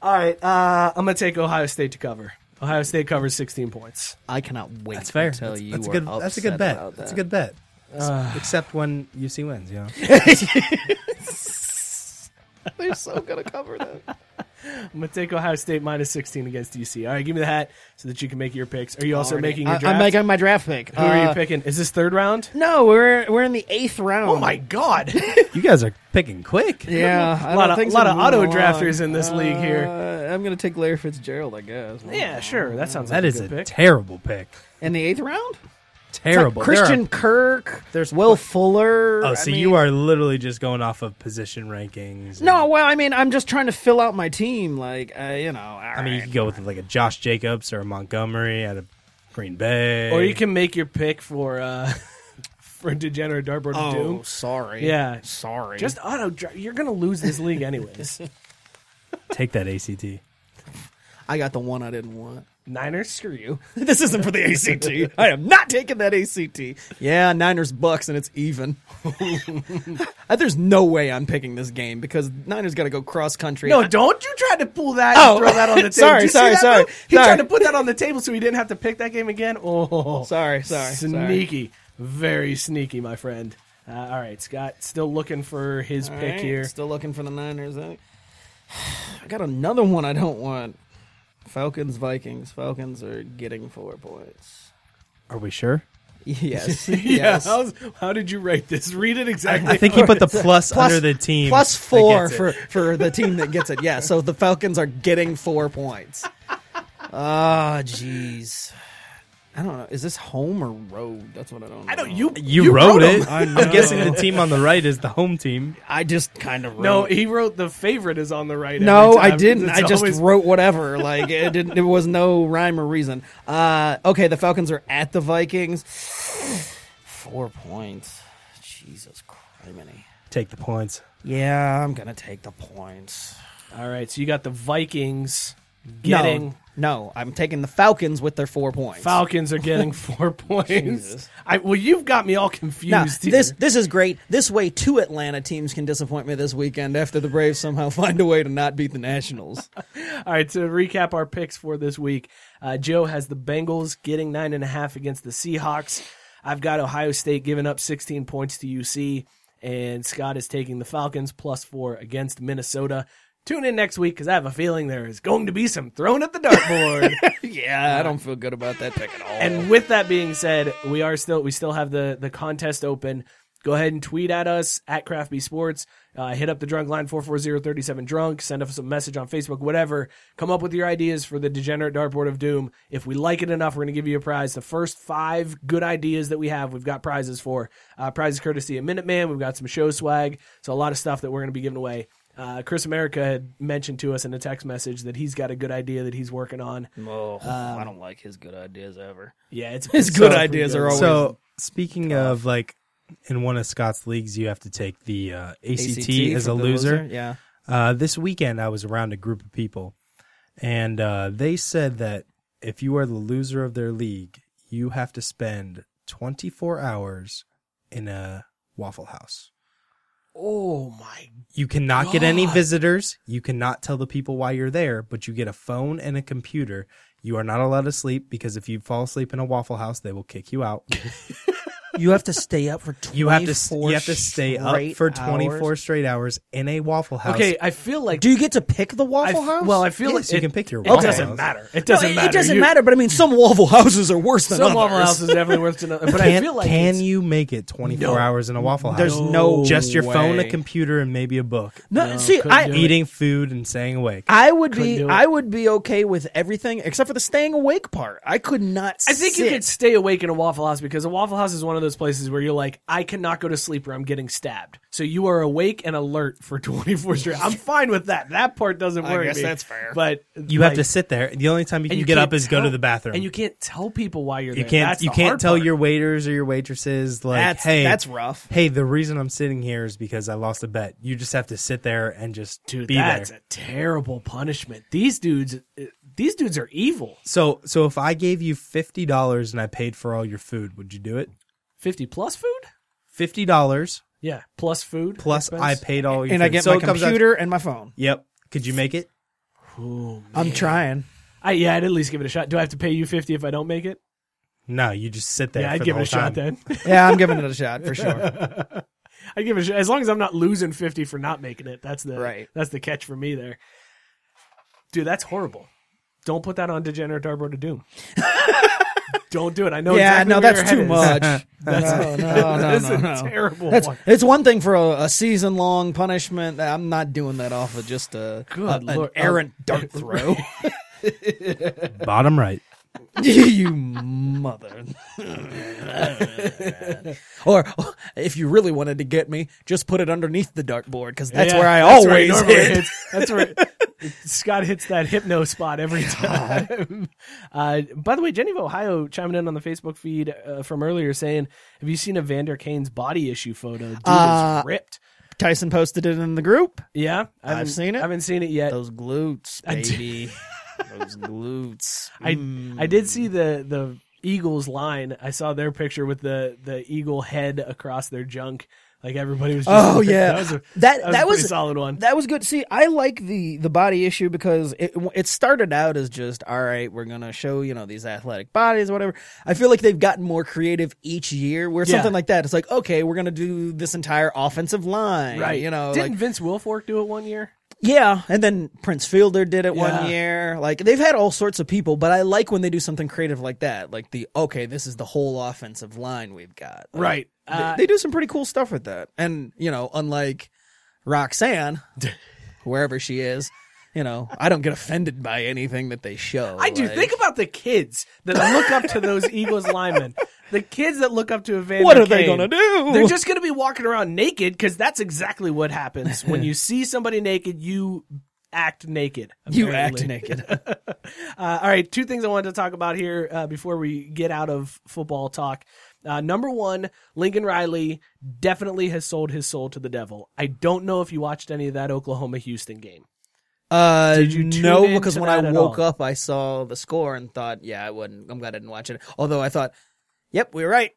All right, uh, I'm gonna take Ohio State to cover. Ohio State covers 16 points. I cannot wait That's fair. until that's, you that's a are good. That's a good upset bet. about That's a that. good [SIGHS] bet. Except when UC wins, you know. They're so gonna cover that. I'm gonna take Ohio State minus 16 against UC. All right, give me the hat so that you can make your picks. Are you also making your I, draft? I'm making my draft pick. Uh, Who are you picking? Is this third round? No, we're we're in the eighth round. Oh my god! You guys are picking quick. Yeah, A lot of- lot of auto drafters in this league here. Uh, I'm gonna take Larry Fitzgerald, I guess. [LAUGHS] yeah, sure. That sounds like That is a a good pick. terrible pick. in the eighth round. Terrible. There Christian are- Kirk. There's- There's Will Fuller. oh, I so mean- you are literally just going off of position rankings. and- No, well, I mean, I'm just trying to fill out my team. Like, uh, you know, I mean, you could go with like a Josh Jacobs or a Montgomery out of Green Bay, Or you can make your pick for uh, [LAUGHS] for degenerate dartboard Oh, of doom. sorry. Yeah. sorry. Just auto draft. You're gonna lose this league anyways. [LAUGHS] take that ACT. I got the one I didn't want. Niners, screw you. [LAUGHS] this isn't for the ACT. I am not taking that ACT. Yeah, Niners Bucks, and it's even. Uh, There's no way I'm picking this game because Niners got to go cross country. No, don't you try to pull that Oh. and throw that on [LAUGHS] the table. Sorry, Did you see sorry, that, sorry, though? He sorry. tried to put that on the table so he didn't have to pick that game again. Oh, Sorry, sorry, sorry. Sneaky. Very sneaky, my friend. Uh, all right, Scott, still looking for his All pick [LAUGHS] right, here. eh? [SIGHS] Still looking for the Niners. I I got another one I don't want. Falcons, Vikings. Falcons are getting four points. [LAUGHS] Are we sure? Yes. Yeah. yes. How's, how did you rate this? Read it exactly. I think he put the plus, Plus- under the team. Plus that four gets it. for, for the team that gets it. Yeah, so the Falcons are getting four points. Ah, jeez. I don't know. Is this home or road? That's what I don't know. I don't. You. You, wrote, it. I I'm know. guessing the team on the right is the home team. I just kind of No, he wrote the favorite is on the right. every No, I time. didn't. It's I just always- wrote whatever. Like it didn't. There was no rhyme or reason. Uh, okay, the Falcons are at the Vikings. Four points. Jesus criminy. Take the points. Yeah, I'm gonna take the points. All right, so you got the Vikings getting. No, no, I'm taking the Falcons with their four points. Falcons are [LAUGHS] getting four points. Jesus. I, well, you've got me all confused. Now, here. this this is great. This way, two Atlanta teams can disappoint me this weekend after the Braves somehow [LAUGHS] find a way to not beat [LAUGHS] the Nationals. All right, to recap our picks for this week, uh, Joe has the Bengals getting nine and a half against the Seahawks. I've got Ohio State giving up 16 points to UC, and Scott is taking the Falcons plus four against Minnesota. Tune in next week because I have a feeling there is going to be some thrown at the [LAUGHS] dartboard. yeah, I don't feel good about that pick at all. And with that being said, we are still we still have the the contest open. Go ahead and tweet at us at Crafty Sports. Uh, hit up the drunk line 440-37 drunk. Send us a message on Facebook, whatever. Come up with your ideas for the Degenerate Dartboard of Doom. If we like it enough, we're going to give you a prize. The first five good ideas that we have, we've got prizes for. Uh, prizes courtesy of Minuteman. We've got some show swag. So a lot of stuff that we're going to be giving away. Uh, Chris America had mentioned to us in a text message that he's got a good idea that he's working on. Oh, I don't like his good ideas ever. Yeah, it's His it's good pretty ideas are always So speaking of like in one of Scott's leagues, you have to take the uh, ACT, as a from the loser. Yeah. Uh, this weekend, I was around a group of people, and uh, they said that if you are the loser of their league, you have to spend 24 hours in a Waffle House. Oh my! You cannot get any visitors. You cannot tell the people why you're there, but you get a phone and a computer. You are not allowed to sleep because if you fall asleep in a Waffle House, they will kick you out. You have to stay up for 24 You have to you have to stay up straight for 24 hours? straight hours in a Waffle House. Okay, I feel like Do you get to pick the I, Waffle House? well, I feel Yes, like you it- can pick your It Waffle doesn't House. matter. It doesn't it, matter. it doesn't You- matter, but I mean, some Waffle Houses are worse than Some others. Waffle Houses definitely worth to know, but I Can, feel like can it's- you make it 24 hours in a Waffle House? There's no just your phone, a way. computer, and maybe a book. [LAUGHS] No, see, couldn't do I. it. Eating food and staying awake. I would Couldn't be do it. I would be okay with everything except for the staying awake part. I could not. I think you sit. could stay awake in a Waffle House because a Waffle House is one of those places where you're like, I cannot go to sleep or I'm getting stabbed. So you are awake and alert for [LAUGHS] 24 straight. I'm fine with that. That part doesn't worry guess me. that's fair. But you have to sit there. The only time you can get up is go to the bathroom. and you can't tell people why you're there. You can't That's you the can't hard tell part. your waiters or your waitresses like That's- hey that's rough. Hey, the reason I'm sitting here is because I lost a bet. You just have to sit there and just dude. be that's there. a terrible punishment. These dudes, these dudes are evil. so so if I gave you fifty dollars and I paid for all your food, would you do it? 50 plus food? Fifty dollars Yeah, plus food. plus I paid all your and food. I get so my it comes out- computer and my phone. yep. Could you make it? I'm [LAUGHS] trying. I, yeah, I'd at least give it a shot. Do I have to pay you 50 if I don't make it? No, you just sit there. Yeah, for I'd the give it whole a shot time. then. [LAUGHS] Yeah, I'm giving it a shot for [LAUGHS] sure. I'd give it a shot. As long as I'm not losing 50 for not making it. That's the Right. that's the catch for me there. Dude, that's horrible. Don't put that on Degenerate Dartboard of [LAUGHS] Doom. don't do it. I know yeah, Oh, exactly no, where that's your head too is. [LAUGHS] much. no, no, no, That's no, a no. terrible That's one. it's one thing for a, a season long punishment. I'm not doing that off of just a Good a- an lord. Oh. errant [LAUGHS] dart throw. Bottom right. [LAUGHS] you mother. [LAUGHS] or oh, if you really wanted to get me, just put it underneath the dartboard because that's Yeah, where I that's where he always normally hit. hits. That's where Scott hits that hypno spot [LAUGHS] every time. [LAUGHS] Uh, by the way, Jenny of Ohio chiming in on the Facebook feed uh, from earlier saying, "Have you seen a Vander Kane's body issue photo? Dude Uh, is ripped." Tyson posted it in the group. Yeah, I haven't- seen it. I haven't seen it yet. Those glutes, I did- baby. Those glutes. I I did see Hmm. the the Eagles line. I saw their picture with the the eagle head across their junk. Like everybody was. just Oh like- [LAUGHS] yeah, that was a, that that was a pretty solid one. That was good. See, I like the the body issue because it it started out as just all right, we're gonna show you know these athletic bodies, or whatever. I feel like they've gotten more creative each year. Where Yeah. something like that, it's like okay, we're gonna do this entire offensive line, You know, didn't like Vince Wilfork do it one year? yeah, and then Prince Fielder did it Yeah. one year. Like they've had all sorts of people, but I like when they do something creative like that. Like the okay, this is the whole offensive line we've got. Like, Right. they- Uh, they do some pretty cool stuff with that. And, you know, unlike [LAUGHS] Roxanne, wherever she is, you know, I don't get offended by anything that they show. I do. Like, Think about the kids that look up to those [LAUGHS] Eagles linemen. The kids that look up to Evander What are they Kane. gonna do? They're just going to be walking around naked because that's exactly what happens when [LAUGHS] you see somebody naked. You act naked. you apparently. act naked. Uh, all right, two things I wanted to talk about here uh, before we get out of football talk. Uh, number one, Lincoln Riley definitely has sold his soul to the devil. I don't know if you watched any of that Oklahoma Houston game. [LAUGHS] Uh, Did you tune no, in because to when that I at woke all? up, I saw the score and thought, yeah, I wouldn't. I'm glad I didn't watch it. Although I thought, yep, we were right.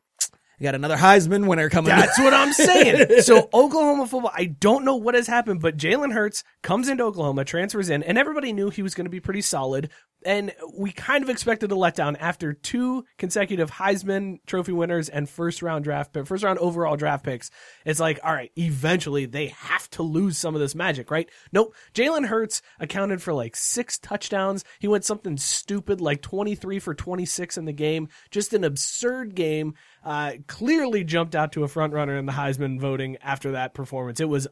We got another Heisman winner coming. That's what I'm saying. so Oklahoma football, I don't know what has happened, but Jalen Hurts comes into Oklahoma, transfers in, and everybody knew he was going to be pretty solid. And we kind of expected a letdown after two consecutive Heisman Trophy winners and first round draft pick, first round overall draft picks. It's like, all right, eventually they have to lose some of this magic, right? Nope. Jalen Hurts accounted for like six touchdowns. He went something stupid like 23 for 26 in the game. Just an absurd game. Uh, clearly jumped out to a front runner in the Heisman voting after that performance. It was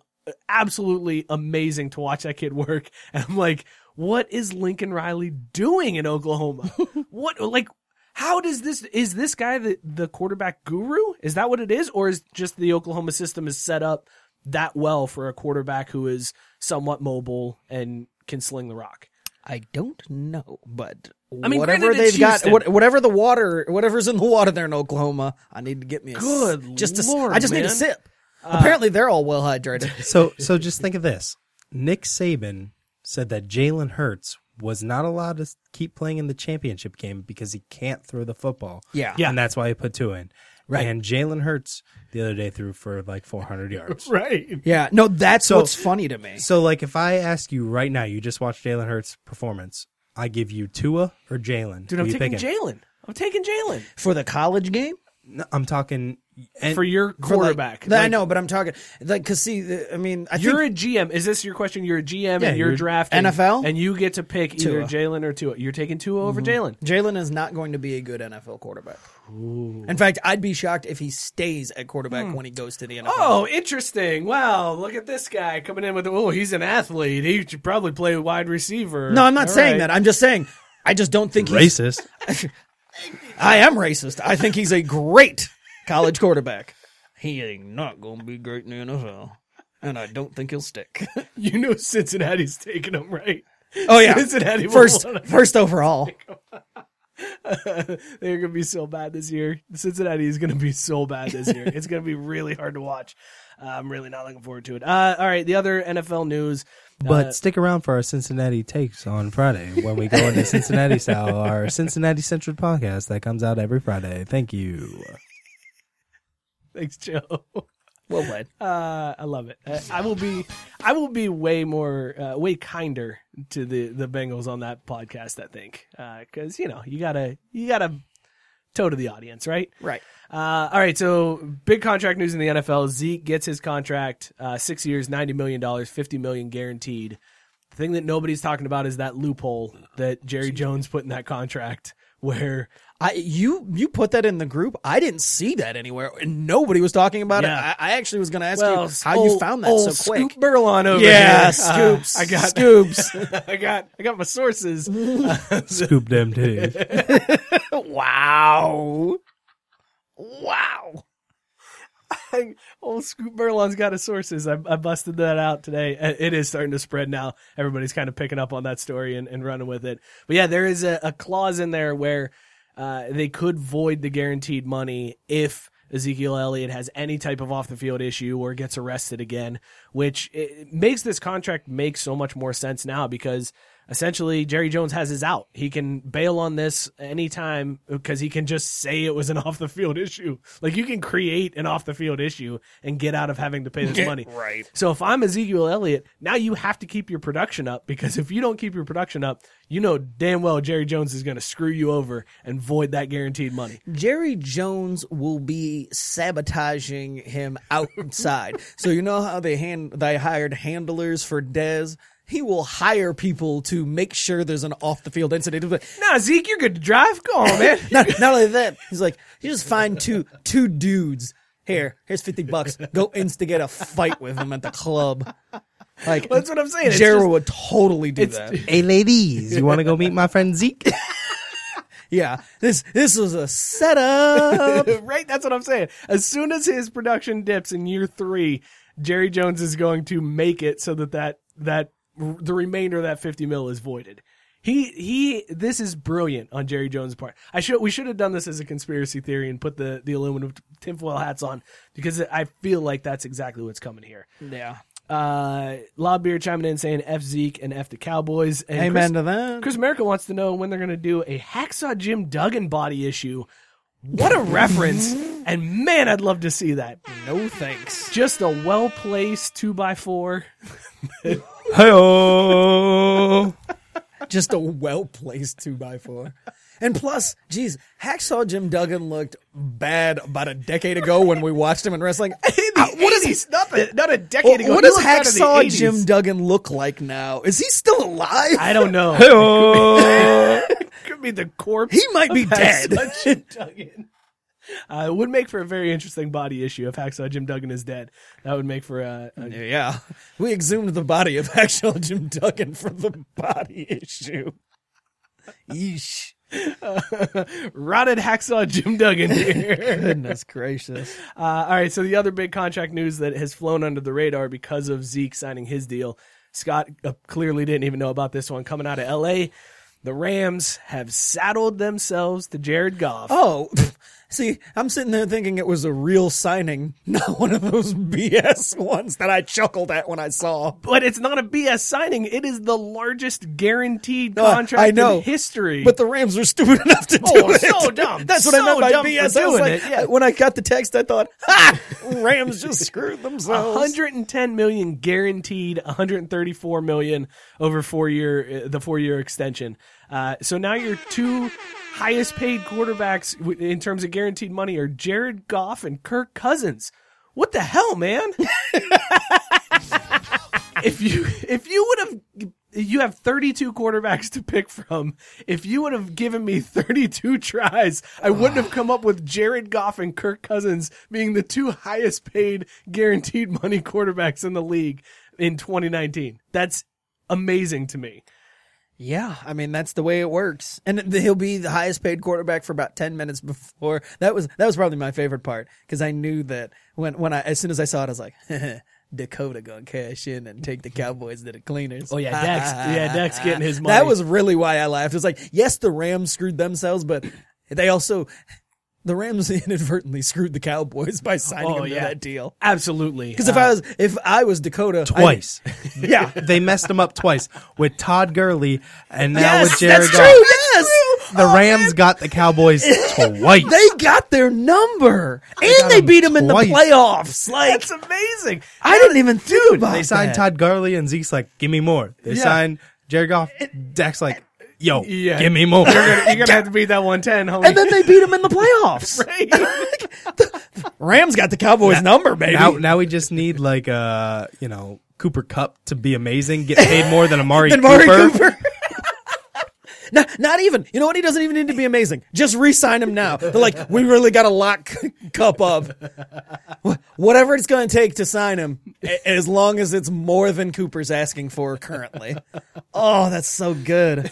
absolutely amazing to watch that kid work. [LAUGHS] And I'm like, what is Lincoln Riley doing in [LAUGHS] Oklahoma? what, like, how does this is this guy the, the quarterback guru? Is that what it is, or is just the Oklahoma system is set up that well for a quarterback who is somewhat mobile and can sling the rock? I don't know, but I mean, whatever granted, it's they've got, Houston. what, whatever the water, whatever's in the water there in Oklahoma, I need to get me a s- Good just a s- Lord, I just need a man. Uh, sip. Apparently, they're all well hydrated. [LAUGHS] So so just think of this. Nick Saban said that Jalen Hurts was not allowed to s- keep playing in the championship game because he can't throw the football. Yeah. Yeah. And that's why he put two in. Right. And Jalen Hurts the other day threw for like 400 yards. [LAUGHS] Right. yeah, no, that's So- what's funny to me. So like if I ask you right now, you just watched Jalen Hurts' performance. I give you Tua or Jalen. Dude, Who I'm you taking picking? Jalen. I'm taking Jalen For the college game, No, I'm talking and for your For like- quarterback. I Like, know, but I'm talking like because see, the- I mean, I You're think, a GM. Is this your question? You're a GM Yeah, and you're you're drafting NFL? and you get to pick either Tua. Mm-hmm. Jalen or Tua. You're taking Tua over Jalen. Jalen is not going to be a good NFL quarterback. In fact, I'd be shocked if he stays at quarterback when he goes to the NFL. Hmm. Oh, interesting. Wow, look at this guy coming in with oh, he's an athlete. He should probably play wide receiver. no, I'm not All saying right. that. I'm just saying I just don't think he's racist. I am racist. I think he's a great college quarterback. He ain't not gonna be great in the NFL, and I don't think he'll stick. [LAUGHS] You know Cincinnati's taking him, right? [LAUGHS] Oh yeah, Cincinnati will first wanna- first overall. They're going to be so bad this year. Cincinnati is going to be so bad this [LAUGHS] year. it's going to be really hard to watch. Uh, I'm really not looking forward to it. Uh, all right, the other NFL news. [LAUGHS] But stick around for our Cincinnati takes on Friday when we go into Cincinnati [LAUGHS] style, our Cincinnati Central podcast that comes out every Friday. [LAUGHS] Thank you. Thanks, Joe. Well led. Uh, I love it. Uh, I will be, I will be way more, uh, way kinder to the the Bengals on that podcast. I think, because you know you gotta you gotta toe to the audience, right? Right. Uh, all right, so big contract news in the NFL. Zeke gets his contract, uh, six years, ninety million dollars, fifty million guaranteed. The thing that nobody's talking about is that loophole that Jerry Jones put in that contract, where I you you put that in the group. I didn't see that anywhere, and nobody was talking about Yeah. it. I, I actually was gonna ask well, you how you old- found that old so quick. Scoop Burlon over yeah, here. Uh, scoops. I got [LAUGHS] scoops. I got I got my sources. Scoop them too. wow. Wow. [LAUGHS] Old Scoop Burlon's got his sources. I, I busted that out today. Uh, It is starting to spread now. Everybody's kind of picking up on that story and, and running with it. But yeah, there is a, a clause in there where uh, they could void the guaranteed money if Ezekiel Elliott has any type of off the field issue or gets arrested again, which it it makes this contract make so much more sense now because essentially Jerry Jones has his out. He can bail on this anytime because he can just say it was an [LAUGHS] off the field issue. Like you can create an off the field issue and get out of having to pay this money. Right. So if I'm Ezekiel Elliott, now you have to keep your production up because if you don't keep your production up, you know damn well Jerry Jones is going to screw you over and void that guaranteed money. Jerry Jones will be sabotaging him [LAUGHS] outside. so you know how they hand they hired handlers for Dez. He will hire people to make sure there's an off the field incident. He'll be like, Nah, Zeke, you're good to drive. Go on, man. Not, not only that, he's like, you just find two two dudes. Here, here's fifty bucks. Go instigate a fight with them at the club. Like That's what I'm saying. It's Jerry just- would totally do it's- [LAUGHS] that. Hey, ladies, you want to go meet my friend [LAUGHS] Zeke? Yeah, this this was a setup. [LAUGHS] right? That's what I'm saying. As soon as his production dips in year three, Jerry Jones is going to make it so that that that r- the remainder of that 50 mil is voided. He he. This is brilliant on Jerry Jones' part. I should we should have done this as a conspiracy theory and put the the aluminum tinfoil hats on because I feel like that's exactly what's coming here. yeah, Uh, Lobbeer chiming in saying F Zeke and F the Cowboys. And Amen Chris, to that. Chris America wants to know when they're going to do a Hacksaw Jim Duggan body issue. What a reference. And man, I'd love to see that. no thanks. Just a well placed two by four. Hey, just a well placed two by four. And plus, geez, Hacksaw Jim Duggan looked bad about a decade ago when we watched him in wrestling. what is he? Not a, not a decade What, ago. what He does looked out of the Hacksaw 80s. Jim Duggan look like now? Is he still alive? I don't know. [LAUGHS] Could be the corpse. he might be dead. Hacksaw Jim Duggan. Uh, it would make for a very interesting body issue if Hacksaw Jim Duggan is dead. That would make for a, a Yeah, we exhumed the body of [LAUGHS] Hacksaw Jim Duggan for the body issue. Yeesh. rotted hacksaw Jim Duggan [LAUGHS] here. Goodness gracious. Uh, all right, so the other big contract news that has flown under the radar because of Zeke signing his deal. Scott uh, clearly didn't even know about this one coming out of LA. The Rams have saddled themselves to Jared Goff. Oh, [LAUGHS] see, I'm sitting there thinking it was a real signing, [LAUGHS] not one of those BS ones that I chuckled at when I saw. But it's not a BS signing. It is the largest guaranteed No, I- contract I know, in history. But the Rams were stupid [LAUGHS] enough to do Oh, it. so dumb. That's what So I meant by dumb for BS. I was doing like, it, yeah. when I got the text, I thought, "Ha! Rams [LAUGHS] just screwed themselves." 110 million guaranteed 134 million over four year uh, the four year extension uh, so now your two highest paid quarterbacks w- in terms of guaranteed money are jared goff and kirk cousins what the hell man if you if you would have you have 32 quarterbacks to pick from. If you would have given me 32 tries, I wouldn't have come up with Jared Goff and Kirk Cousins being the two highest paid guaranteed money quarterbacks in the league in 2019. That's amazing to me. Yeah, I mean that's the way it works, and th- he'll be the highest paid quarterback for about ten minutes before that was that was probably my favorite part because I knew that when when I as soon as I saw it, I was like. [LAUGHS] Dakota gonna cash in and take the Cowboys to the cleaners. Oh, yeah, Dax- yeah, [LAUGHS] Dax getting his money. [LAUGHS] That was really why I laughed. It's like, yes, the Rams screwed themselves, but they also the Rams [LAUGHS] inadvertently screwed the Cowboys by signing Oh, them yeah. Uh, to that deal. Absolutely. Because if I was if I was Dakota, I- [LAUGHS] twice. yeah, they messed him up twice with Todd Gurley and now yes, with Jared that's Goff. true. Oh, Yes, The Rams got the [LAUGHS] Cowboys twice. They got their number, got and they him beat them in the twice. playoffs. Like That's amazing. I didn't even think about They signed that. Todd Gurley and Zeke's like, give me more. They Yeah. signed Jared Goff. Dak's like, yo, Yeah. give me more. You're going to have to beat that 110, homie. [LAUGHS] and then they beat [LAUGHS] them in the playoffs. [LAUGHS] Rams got the Cowboys number, baby. now, now we just need like uh, you know, Cooper Cup to be amazing, get paid more [LAUGHS] than Amari Than Amari Cooper. Cooper. [LAUGHS] Not, not even. You know what? He doesn't even need to be amazing. Just re-sign him now. They're like, we really got to lock [LAUGHS] Cup up. Wh- Whatever it's going to take to sign him, a- as long as it's more than Cooper's asking for currently. Oh, that's so good.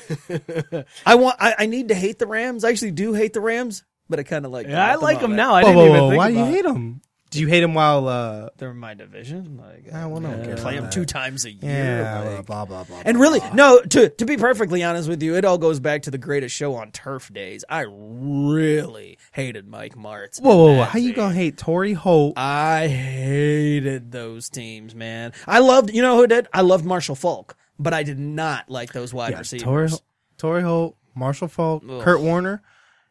I want. I, I need to hate the Rams. I actually do hate the Rams, but I kind of like. Yeah, I them like all him back. now. I Whoa, didn't whoa, even whoa, think Why do you about it. hate him? Do you hate him while uh They're my division. Like, I don't know. yeah. Okay. play them two times a year. Uh, yeah, like- blah, blah, blah. And really, no, to to be perfectly honest with you, it all goes back to the greatest show on turf days. I really hated Mike Martz. Whoa, whoa, whoa. How you gonna hate Tory Holt? I hated those teams, man. I loved, you know who did? I loved Marshall Falk. but I did not like those wide Yeah, receivers. Torrey, Torrey Holt, Marshall Falk, Kurt Warner.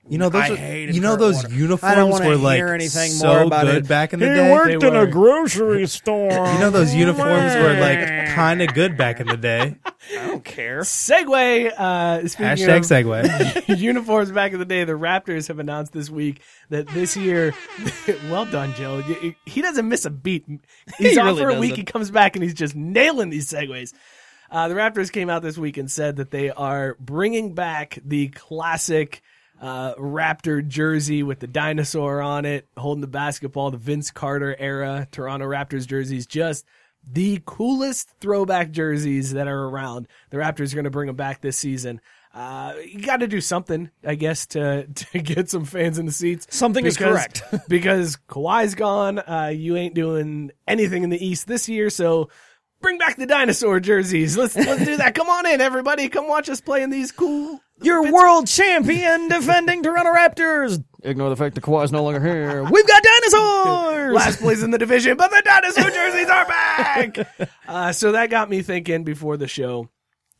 You know those. I are- hated you know Kurt those Warner. uniforms I don't wanna were like hear anything so more about good it. back in the [LAUGHS] He day. worked they in a were. grocery store. you know those uniforms were like kind of good back in [LAUGHS] the day. I don't care. Segway. Uh, speaking Hashtag of- [LAUGHS] [LAUGHS] segue. uniforms back in the day. The Raptors have announced this week that this year, [LAUGHS] well done, Joe. Y- He doesn't miss a beat. He's He off really for a week. doesn't. He comes back and he's just nailing these segues. Uh, the Raptors came out this week and said that they are bringing back the classic uh, Raptor jersey with the dinosaur on it, holding the basketball, the Vince Carter era Toronto Raptors jerseys. Just the coolest throwback jerseys that are around. The Raptors are going to bring them back this season. Uh, you got to do something, I guess, to [LAUGHS] to get some fans in the seats. Something is Because- correct. [LAUGHS] because Kawhi's gone. Uh, you ain't doing anything in the East this year, so bring back the dinosaur jerseys. Let's let's do that. Come on in, everybody. Come watch us play in these cool. Your world champion defending Toronto Raptors. Ignore the fact that Kawhi's no longer here. We've got dinosaurs. Last place in the division, but the dinosaur jerseys are back. Uh, so that got me thinking before the show.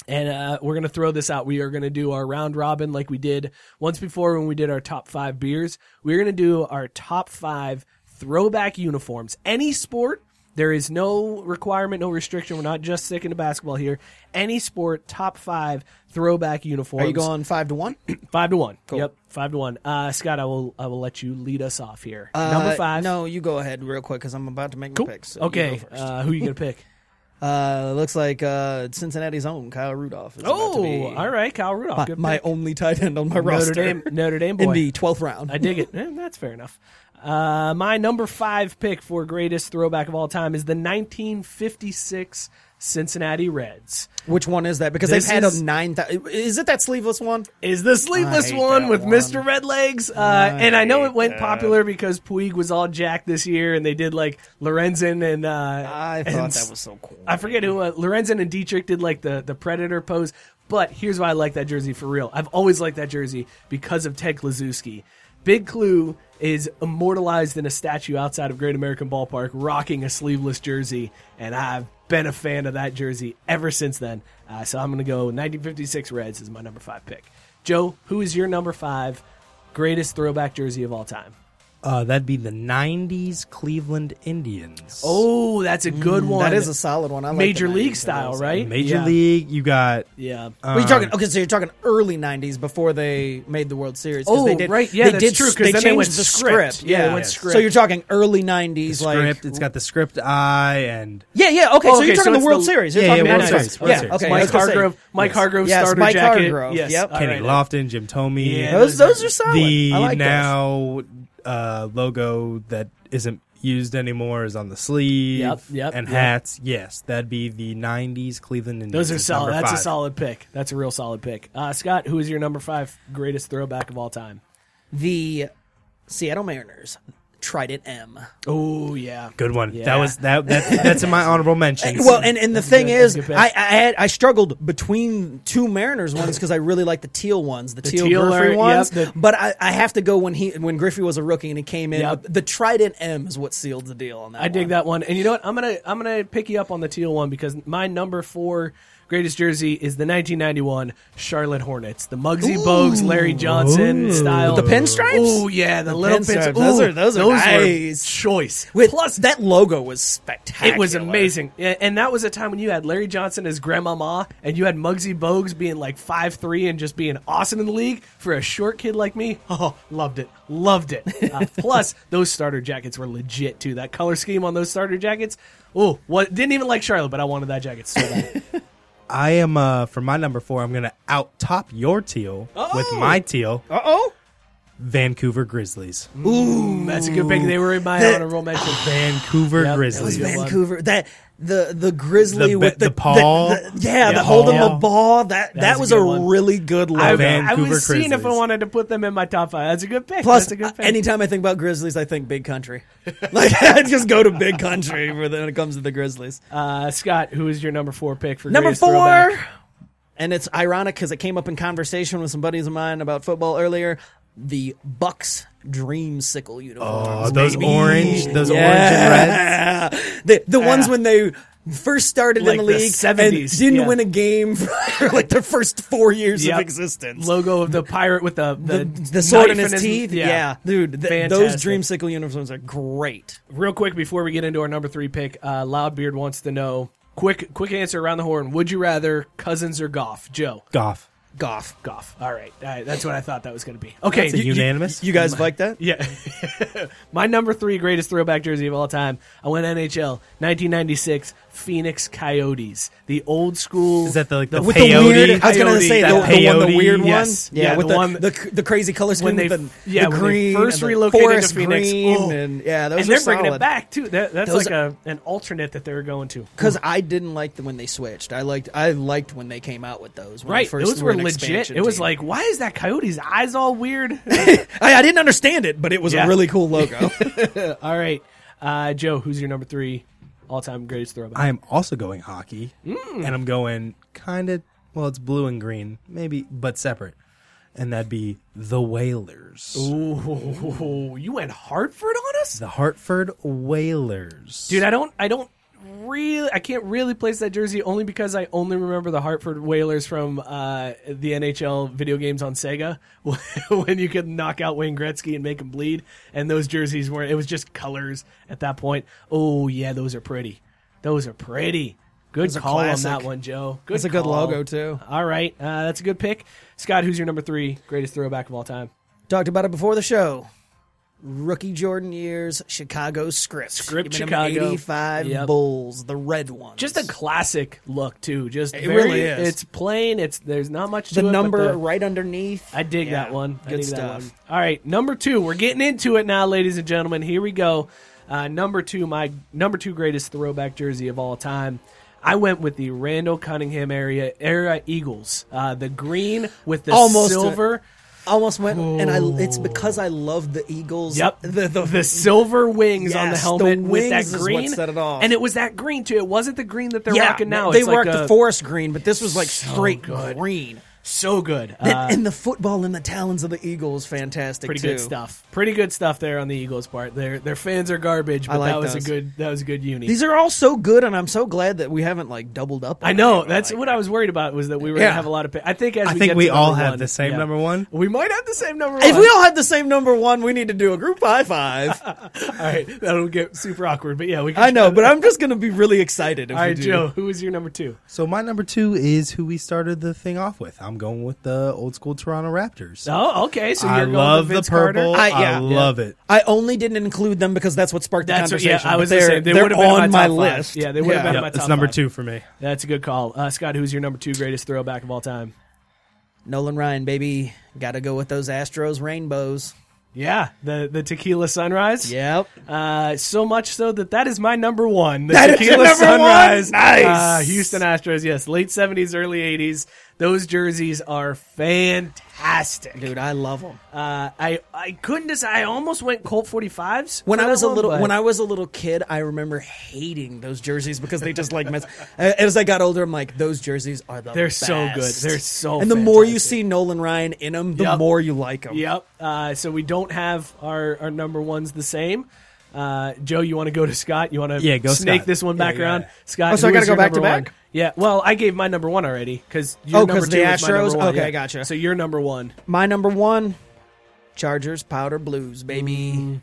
And uh, we're going to throw this out. We are going to do our round robin like we did once before when we did our top five beers. We're going to do our top five throwback uniforms. Any sport, there is no requirement, no restriction. We're not just sticking to basketball here. Any sport, top five throwback uniforms. Are you going five to one? Five to one. Yep, five to one. Uh, Scott, I will I will let you lead us off here. [CLEARS THROAT] Number Uh, five. No, you go ahead real quick because I'm about to make Cool. my picks. so you go okay, first. uh, who you going to pick? Uh, looks like uh, Cincinnati's own Kyle Rudolph. Is about to be Oh, all right, Kyle Rudolph. My, Good my pick. only tight end on my Notre roster. Dame, Notre Dame boy. in the twelfth round. I dig it. [LAUGHS] Eh, that's fair enough. Uh, my number five pick for greatest throwback of all time is the 1956 Cincinnati Reds. Which one is that? Because This they've had is- a nine. thou- is it that sleeveless one? Is the sleeveless hate one that with one. Mr. Redlegs? Uh, and I know it went popular because Puig was all jacked this year, and they did like Lorenzen and uh, I and thought that was so cool. I forget who uh, Lorenzen and Dietrich did like the the predator pose. But here's why I like that jersey for real. I've always liked that jersey because of Ted Kluzewski. Big Clue is immortalized in a statue outside of Great American Ballpark, rocking a sleeveless jersey, and I've been a fan of that jersey ever since then. Uh, so I'm going to go 1956 Reds is my number five pick. Joe, who is your number five greatest throwback jersey of all time? Uh, that'd be the '90s Cleveland Indians. Oh, that's a good one. That is a solid one. I like the major 90s. league style, right? Major Yeah. League. You got Yeah. Well, you're talking okay, so you're talking early '90s before they made the World Series. 'cause Oh, they did, right. Yeah, they that's did, true, 'cause They then they changed went the script. script. Yeah, they Yeah, went So script. you're talking early '90s, like script. It's got the script eye and yeah, yeah. Okay, Oh, so okay, you're talking so the it's World the- Series. You're Yeah, talking yeah, World World Series. Series, World Yeah, Series. okay. I Mike was gonna say. Hargrove, Mike Hargrove's Yes, starter Mike jacket. Hargrove. Yes, Yep. all Kenny right. Lofton, Jim Tomey. Yeah, Those, those are solid. the I like those. now uh, logo that isn't used anymore is on the sleeve. Yep, yep, And yep. hats. Yes, that'd be the '90s Cleveland Indians. Those are It's solid. number That's a five. solid pick. That's a real solid pick. Uh, Scott, who is your number five greatest throwback of all time? the Seattle Mariners Trident M. Oh yeah, Good one. Yeah. That was that. that [LAUGHS] that's in my honorable mentions. Well, and, and the thing good- is, that's a good I, I pick. had I struggled between two Mariners ones because I really like the teal ones, the, teal, teal are- Griffey yep, ones. the- but I, I have to go when he when Griffey was a rookie and he came in. Yep. The Trident M is what sealed the deal on that. I dig that one. And you know what? I'm gonna I'm gonna pick you up on the teal one because my number four greatest jersey is the 1991 Charlotte Hornets, the Muggsy Bogues, Larry Johnson style. With the pinstripes? Oh yeah, the, little pinstripes. pinstripes. Those Ooh, are- those are were nice. choice. With, Plus, that logo was spectacular. It was amazing, Yeah, and that was a time when you had Larry Johnson as Grandmama, and you had Muggsy Bogues being like five three and just being awesome in the league for a short kid like me. [LAUGHS] Oh, loved it, loved it. [LAUGHS] Uh, plus, those starter jackets were legit too. That color scheme on those starter jackets. Oh, what didn't even like Charlotte, but I wanted that jacket so bad. I am uh for my number four. I'm gonna out top your teal with my teal. Uh oh. Vancouver Grizzlies. Mm, That's a good pick. They were in my honorable mention. [SIGHS] Vancouver Yep, that was Grizzlies. good one. Vancouver. That the the Grizzly The ba- with the, the paw. the- yeah, Yeah, the holding paw. the ball. That that, was was a a, good one. really good I, logo. Van- I was Vancouver seeing if I Grizzlies. wanted to put them in my top five. That's a good pick. Plus, uh, That's a good pick. anytime I think about Grizzlies, I think [LAUGHS] big country. Like [LAUGHS] I just go to big country when it comes to the Grizzlies. uh, Scott, who is your number four pick for Number greatest four, throwback? and it's ironic because it came up in conversation with some buddies of mine about football earlier. The Bucks dream Oh, sickle uniforms. Oh, those orange, those orange and [LAUGHS] red. Yeah. The the ones when they first started Like in the the league 70s, and didn't yeah. win a game [LAUGHS] for like their first four years Yep. of existence. Logo [LAUGHS] of the pirate with the the, the, the sword in knife his, teeth. Yeah, dude, th- those Fantastic. dreamsicle uniforms are great. Real quick before we get into our number three pick, uh, Loudbeard wants to know quick quick answer around the horn. Would you rather Cousins or Goff? Joe Goff. Goff. Goff. All right, all right. That's what I thought that was going to be. Okay, That's a unanimous. Mm. You guys like that? [LAUGHS] Yeah. [LAUGHS] My number three greatest throwback jersey of all time. I went NHL, 1996, Phoenix Coyotes. The old school. Is that the, like, the With Peyote. the weird, I was gonna Coyote, say the, that the one, peyote, the weird yes. one, yeah, Yeah, with the the one- the, c- the crazy color scheme, when with they- the, yeah, the when they green, first and the relocated to forest Phoenix. green, Oh. and yeah, those and are they're bringing it solid. back too. That, that's Those like a, an alternate that they're going to. Because I didn't like them when they switched. I liked I liked when they came out with those. When they Right, first those were an legit. expansion It was team. like, why is that coyote's eyes all weird? [LAUGHS] I, I didn't understand it, but it was Yeah. a really [LAUGHS] cool logo. all right, uh, Joe, who's your number three all-time greatest throwback? I'm also going hockey, Mm. and I'm going kind of well, it's blue and green, maybe, but separate, and that'd be the Whalers, Ooh, you went Hartford on us, the Hartford Whalers, dude. I don't. I don't. Really, I can't really place that jersey only because I only remember the Hartford Whalers from uh, the NHL video games on Sega [LAUGHS] when you could knock out Wayne Gretzky and make him bleed. And those jerseys were, it was just colors at that point. Oh, yeah, those are pretty. Those are pretty. Good are call on classic. that one, Joe. Good That's a good call. logo, too. All right. Uh, that's a good pick. Scott, who's your number three greatest throwback of all time? Talked about it before the show. Rookie Jordan years, Chicago script. Script Give me them Chicago. 85 Yep. Bulls, the red ones. Just a classic look too. Just It very- really is. It's plain. It's there's not much. To the it, but number the- right underneath. I dig Yeah, that one. I Good dig that stuff. one. All right, number two. We're getting into it now, ladies and gentlemen. Here we go. Uh, number two, my number two greatest throwback jersey of all time. I went with the Randall Cunningham area era Eagles. Uh, the green with the Almost silver. Almost went, and I. It's because I love the Eagles. Yep. [LAUGHS] The the, the silver wings on the Yes, the helmet with that wings is what green. set it off. And it was that green too. It wasn't the green that they're yeah, rocking now. They it's worked like a, the forest green, but this was like straight good. green. so good. Then- Uh, and the football in the talons of the Eagles, fantastic. pretty too. good stuff. Pretty good stuff there on the Eagles part. Their their fans are garbage, but like that was those. a good that was a good uni. These are all so good, and I'm so glad that we haven't like doubled up. on I know. them. That's Like, what I was worried about was that we were Yeah. gonna have a lot of. Pick. I think as I we think get we to all number have one- the same number one. We might have the same number If one. we all had the same number one, we need to do a group high five. [LAUGHS] all right, that'll get super awkward. But yeah, we. [LAUGHS] Can I know, but I'm just gonna be really excited. If All we right, do. Joe. Who is your number two? So my number two is who we started the thing off with. I'm going with the old school Toronto Raptors. Oh, okay. So you're I going love with the Vince purple. Carter. I- I, yeah. love it. I only didn't include them because that's what sparked That's the what, yeah. conversation. I but was gonna they're, say they they're would have been on in my, my, top five. list. Yeah, they would have been in my Yep, top it's number five. two for me. That's a good call, uh, Scott. Who's your number two greatest throwback of all time? Nolan Ryan, baby, got to go with those Astros rainbows. Yeah, the the tequila sunrise. Yep. Uh, so much so that that is my number one. The That is tequila your number one? sunrise. Nice. Uh, Houston Astros. Yes, late seventies, early eighties. Those jerseys are fantastic. Dude, I love them. Uh, I I couldn't decide. I almost went Colt forty fives when I was a little when I was a little kid, I remember hating those jerseys because they just [LAUGHS] like mess. As I got older, I'm like, those jerseys are the They're so best. good. They're so And the more you fantastic. see Nolan Ryan in them, the Yep. more you like them. Yep. Uh, so we don't have our, our number ones the same. Uh, Joe, you want to go to Scott? You want to Yeah, go snake Scott. this one Yeah, back yeah. around? Scott, Oh, so I who gotta is go your back number to one? back? Yeah. Well, I gave my number one already because Oh, 'cause the Astros? Okay, I gotcha. So you're number one. My number one, Chargers powder blues, baby. Mm.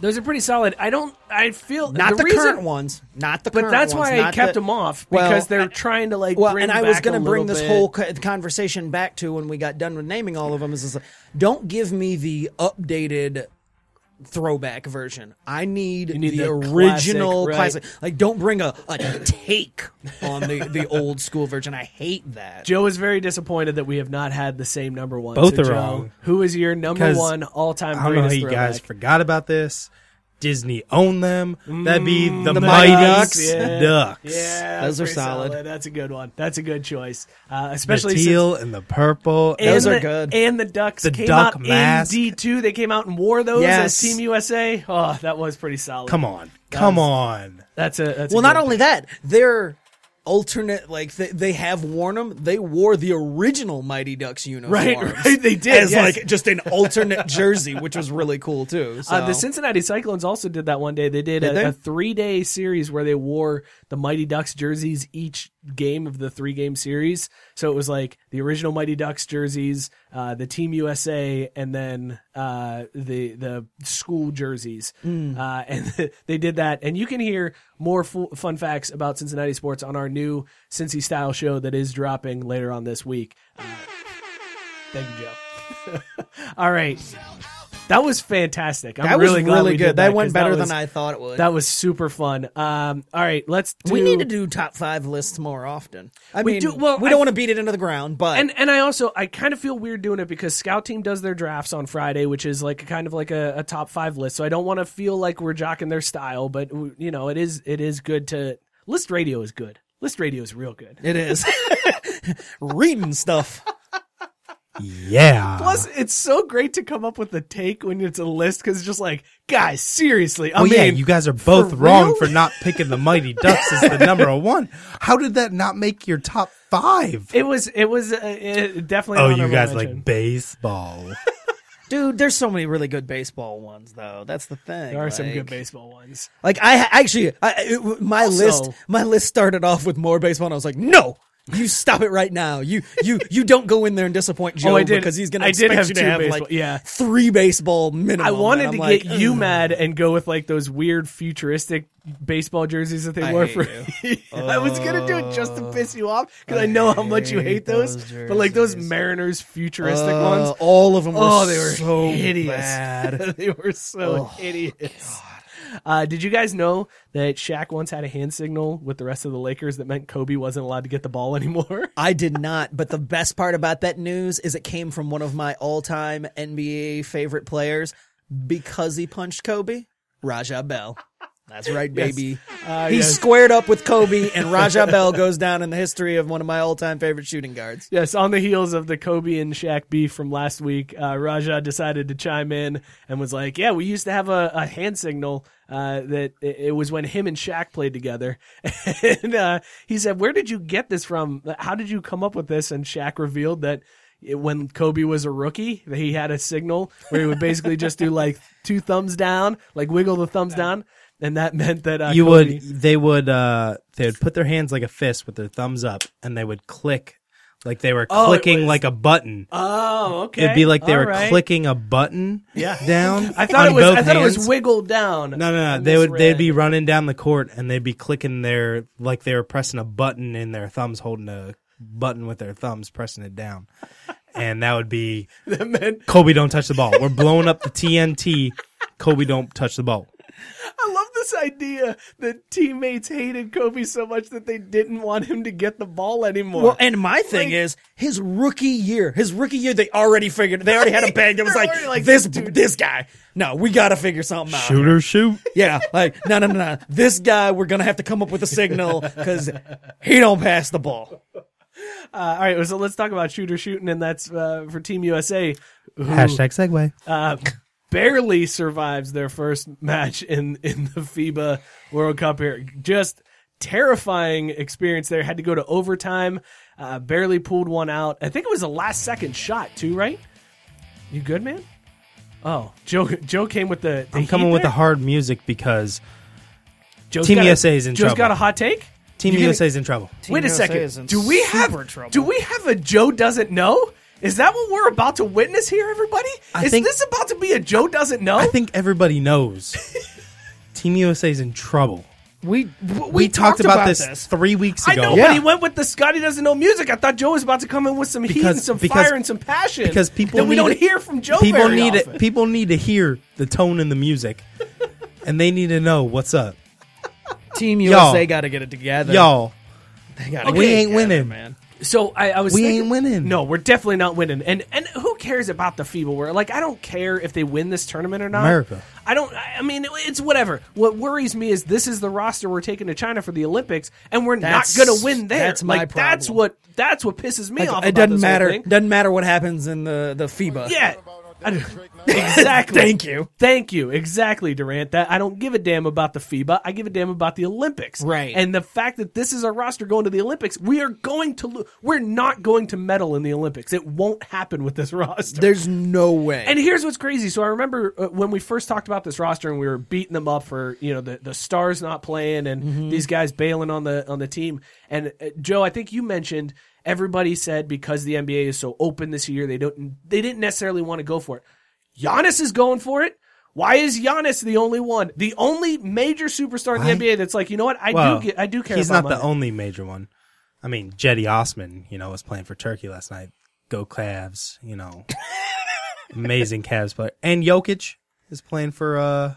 Those are pretty solid. I don't. I feel Not the, reason- current ones. Not the. But current that's ones, why I not kept the- them off Well, because they're I- trying to like. Well, bring and I was back a gonna bring little this bit. whole co- conversation back to when we got done with naming all of them. Is just, don't give me the updated throwback version. I need, need the, the original classic, classic, Like, don't bring a, a take on the, the old school version. I hate that. Joe is very disappointed that we have not had the same number one. Both So, are Joe, wrong. Who is your number 'Cause one all I time? don't know how you guys forgot about this. Disney owned them. That'd be Mm, the, Mighty Mighty Ducks. Yeah. Ducks. Yeah, Those are pretty solid. That's a good one. That's a good choice, uh, The especially teal and the purple. Since, Those and are the- good. And the Ducks The came duck out mask. in D two. They came out and wore those as Yes. Team USA. Oh, that was pretty solid. Come on. Come on. that's a that's a well, not good only that, their alternate like they, they have worn them. They wore the original Mighty Ducks uniform. Right, right, they did, As yes. like just an alternate jersey, which was really cool too. So Uh, the Cincinnati Cyclones also did that one day. They did, a, they? a three-day series where they wore the Mighty Ducks jerseys each game of the three-game series. So it was like the original Mighty Ducks jerseys, uh, the Team USA, and then uh, the the school jerseys. Hmm. Uh, [LAUGHS] and they did that. And you can hear more fu- fun facts about Cincinnati sports on our new Cincy Style show that is dropping later on this week. Uh, thank you, Joe. All right. That was fantastic. I'm that really was glad really we good. Did That, that, went 'cause better that was, than I thought it would. That was super fun. Um, all right, let's. Do, we need to do top five lists more often. I We mean, do- well, we I- don't want to beat it into the ground, but And and I also I kind of feel weird doing it because Scout Team does their drafts on Friday, which is like kind of like a, a top five list. So I don't want to feel like we're jocking their style, but w- you know it is it is good to list radio is good. List radio is real good. it is [LAUGHS] reading stuff. Yeah. Plus, it's so great to come up with a take when it's a list because it's just like, guys, seriously. I well, mean, yeah, you guys are both wrong real? for not picking the Mighty Ducks as [LAUGHS] the number one. How did that not make your top five? It was it was uh, it definitely. an Oh, you honorable guys mention. like baseball. Dude, there's so many really good baseball ones though. That's the thing. There are some good like- baseball ones. Like I ha- actually, I, it, w- my Also- list, my list started off with more baseball, and I was like, no. You stop it right now. You you you don't go in there and disappoint [LAUGHS] Joe Oh, I did- because he's going I to did expect have you to two have baseball- like yeah. three baseball minimum. I wanted and to I'm like, get you "Ugh." mad and go with like those weird futuristic baseball jerseys that they I wore hate Oh, for. [LAUGHS] I was gonna do it just to piss you off because I, know how much you hate hate those, those but like those jerseys. Mariners futuristic Uh, ones. All of them were Oh, they were so hideous. bad. [LAUGHS] they were oh, so hideous. Uh, did you guys know that Shaq once had a hand signal with the rest of the Lakers that meant Kobe wasn't allowed to get the ball [LAUGHS] anymore? I did not, but the best part about that news is it came from one of my all-time NBA favorite players because he punched Kobe, Rajah Bell. That's right, baby. he Ah, yes. squared up with Kobe, and Rajah Bell goes down in the history of one of my all-time favorite shooting guards. Yes, on the heels of the Kobe and Shaq beef from last week, uh, Raja decided to chime in and was like, "Yeah, we used to have a, a hand signal uh, that it, it was when him and Shaq played together." [LAUGHS] and uh, he said, "Where did you get this from? How did you come up with this?" And Shaq revealed that it- when Kobe was a rookie, that he had a signal where he would basically just do like two thumbs down, like wiggle the thumbs down, and that meant that uh, [LAUGHS] you Kobe- would they would uh they would put their hands like a fist with their thumbs up and they would click like they were Oh, it clicking was- like a button. Oh, okay. It'd be like they All were right. clicking a button down. [LAUGHS] I thought on it was. both I thought it was hands. wiggled down. No, no, I no. They would misread. they'd be running down the court and they'd be clicking their like they were pressing a button in their thumbs, holding a button with their thumbs, pressing it down, and that would be [LAUGHS] That meant- Kobe don't touch the ball. We're blowing up the TNT. Kobe don't touch the ball. I love this idea that teammates hated Kobe so much that they didn't want him to get the ball anymore. Well, and my thing is his rookie year. His rookie year, they already figured. [LAUGHS] They already had a bag that was They're like, already like, this this guy. No, we got to figure something out. Shooter shoot. Yeah, like no, no, no, no. This guy, we're gonna have to come up with a signal because he don't pass the ball. Uh, all right, so let's talk about shooter shooting, and that's uh, for Team USA, who Hashtag segue. uh, barely survives their first match in in the FIBA World Cup here. Just terrifying experience there. Had to go to overtime. Uh, barely pulled one out. I think it was a last second shot too, right? You good, man? Oh, Joe. Joe came with the. the I'm coming heat with there? the hard music because Joe's Team got USA a, is in Joe's trouble. got a hot take. Team USA's in trouble. Wait a USA is second. in Do we have super trouble. do we have a Joe doesn't know? Is that what we're about to witness here, everybody? I is think- this about to be a Joe doesn't know? I think everybody [LAUGHS] knows. Team USA's in trouble. We We, talked, about, this, three weeks I ago. know, Yeah. but he went with the Scotty doesn't know music. I thought Joe was about to come in with some heat and Because- some because- fire and some passion. because people that we need- don't hear from Joe. people very need often. it. People need to hear the tone in the music, and they need to know what's up, Team Y'all. USA got to get it together. y'all. They gotta we get it ain't together, winning. man. So I, I was We thinking- ain't winning. No, we're definitely not winning. And and who cares about the FIBA World? Like I don't care if they win this tournament or not. America. I don't. I I mean, it's whatever. What worries me is this is the roster we're taking to China for the Olympics, and we're That's- not going to win there. that's my like, That's problem. what that's what pisses me Like, off. it about doesn't this whole matter. thing. Doesn't matter what happens in the the FIBA. Yeah. I do- [LAUGHS] exactly. Thank you. Thank you. Exactly, Durant. That I don't give a damn about the FIBA. I give a damn about the Olympics. Right. And the fact that this is our roster going to the Olympics, we are going to lo- we're not going to medal in the Olympics. It won't happen with this [LAUGHS] roster. There's no way. And here's what's crazy. So I remember uh, when we first talked about this roster and we were beating them up for you know the, the stars not playing and Mm-hmm. these guys bailing on the on the team. And uh, Joe, I think you mentioned everybody said because the NBA is so open this year, they don't they didn't necessarily want to go for it. Giannis is going for it. Why is Giannis the only one, the only major superstar in the Why? NBA that's like, you know what, I do get, I do care. He's about not my- the only major one. I mean, Jetty Osman, you know, was playing for Turkey last night. Go Cavs, [LAUGHS] you know, amazing Cavs player. And Jokic is playing for uh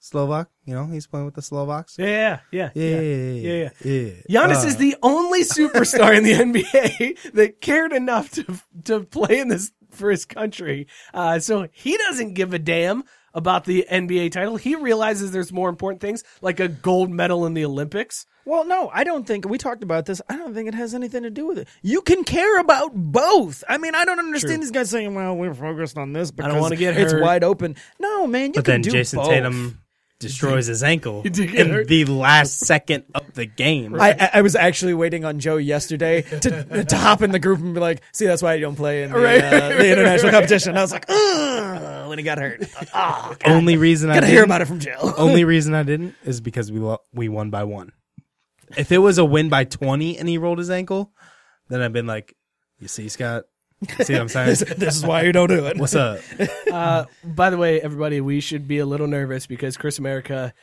Slovak. You know, he's playing with the Slovaks. Yeah, yeah, yeah, yeah, yeah, yeah. Giannis Uh, is the only superstar [LAUGHS] in the NBA that cared enough to to play in this for his country. Uh, so he doesn't give a damn about the NBA title. He realizes there's more important things, like a gold medal in the Olympics. Well, no, I don't think we talked about this. I don't think it has anything to do with it. You can care about both. I mean, I don't understand these guys saying, "Well, we're focused on this because wanna get it's hurt." wide open." No, man, you but can then do Jason both. Tatum destroys his [LAUGHS] ankle did get in hurt. the last second of the game. I, I- I was actually waiting on Joe yesterday [LAUGHS] to to hop in the group and be like, "See, that's why you don't play in the, uh, the international [LAUGHS] competition." I was like, Ugh, when he got [LAUGHS] hurt, oh, only reason I gotta didn't, hear about it from Joe. [LAUGHS] [LAUGHS] only reason I didn't is because we lo- we won by one. If it was a win by twenty and he rolled his ankle, then I've been like, you see, Scott, see what I'm [LAUGHS] saying? this is why you don't do it. What's up? By the way, everybody, we should be a little nervous because Chris America